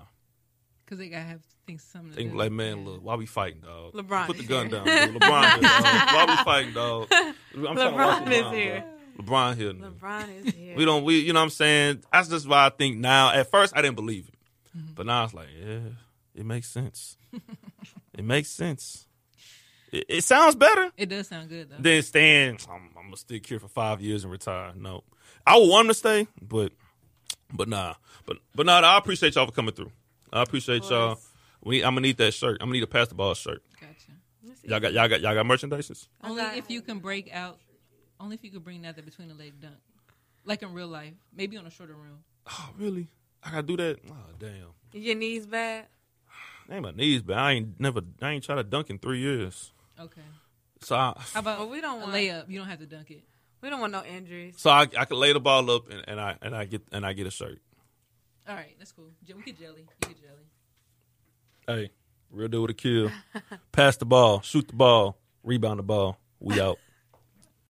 [SPEAKER 3] Because they gotta have things something. To
[SPEAKER 1] They gonna
[SPEAKER 3] do.
[SPEAKER 1] be like, man,
[SPEAKER 3] Yeah.
[SPEAKER 1] look, why we fighting, dog?
[SPEAKER 2] LeBron
[SPEAKER 1] Put the
[SPEAKER 2] is
[SPEAKER 1] gun
[SPEAKER 2] here.
[SPEAKER 1] down, dude. LeBron here, dog. Why we fighting, dog? I'm trying to watch
[SPEAKER 2] LeBron is here.
[SPEAKER 1] bro. LeBron here. nigga.
[SPEAKER 2] LeBron is here.
[SPEAKER 1] Mm-hmm. We don't we you know what I'm saying? That's just why I think now at first I didn't believe it.
[SPEAKER 2] Mm-hmm.
[SPEAKER 1] But now it's like, yeah, it makes sense. it makes sense. It, it sounds better
[SPEAKER 3] It does sound good though.
[SPEAKER 1] than staying I'm, I'm gonna stick here for five years and retire. No. I would want him to stay, but but nah. But but nah, I appreciate y'all for coming through. I appreciate
[SPEAKER 2] Of
[SPEAKER 1] y'all.
[SPEAKER 2] course.
[SPEAKER 1] We I'm gonna need that shirt. I'm gonna need a pass the ball shirt.
[SPEAKER 3] gotcha.
[SPEAKER 1] Y'all got y'all got y'all got merchandises?
[SPEAKER 2] I
[SPEAKER 3] Only
[SPEAKER 2] got-
[SPEAKER 3] if you can break out. Only if you could bring that between the leg dunk, like in real life, maybe on a shorter room.
[SPEAKER 1] Oh really? I gotta do that? Oh damn.
[SPEAKER 2] Your knees bad.
[SPEAKER 1] Ain't my knees, but I ain't never I ain't tried to dunk in three years.
[SPEAKER 3] Okay.
[SPEAKER 1] So I
[SPEAKER 3] How about
[SPEAKER 2] Well, Oh, we don't
[SPEAKER 3] a
[SPEAKER 2] want-
[SPEAKER 3] Oh, layup? You don't have to dunk it.
[SPEAKER 2] We don't want no injuries.
[SPEAKER 1] So I, I could lay the ball up and, and I and I get and I get a shirt.
[SPEAKER 3] All right, that's cool. Je- We could jelly. You could jelly.
[SPEAKER 1] Hey, real deal with a kill. Pass the ball, shoot the ball, rebound the ball. We out.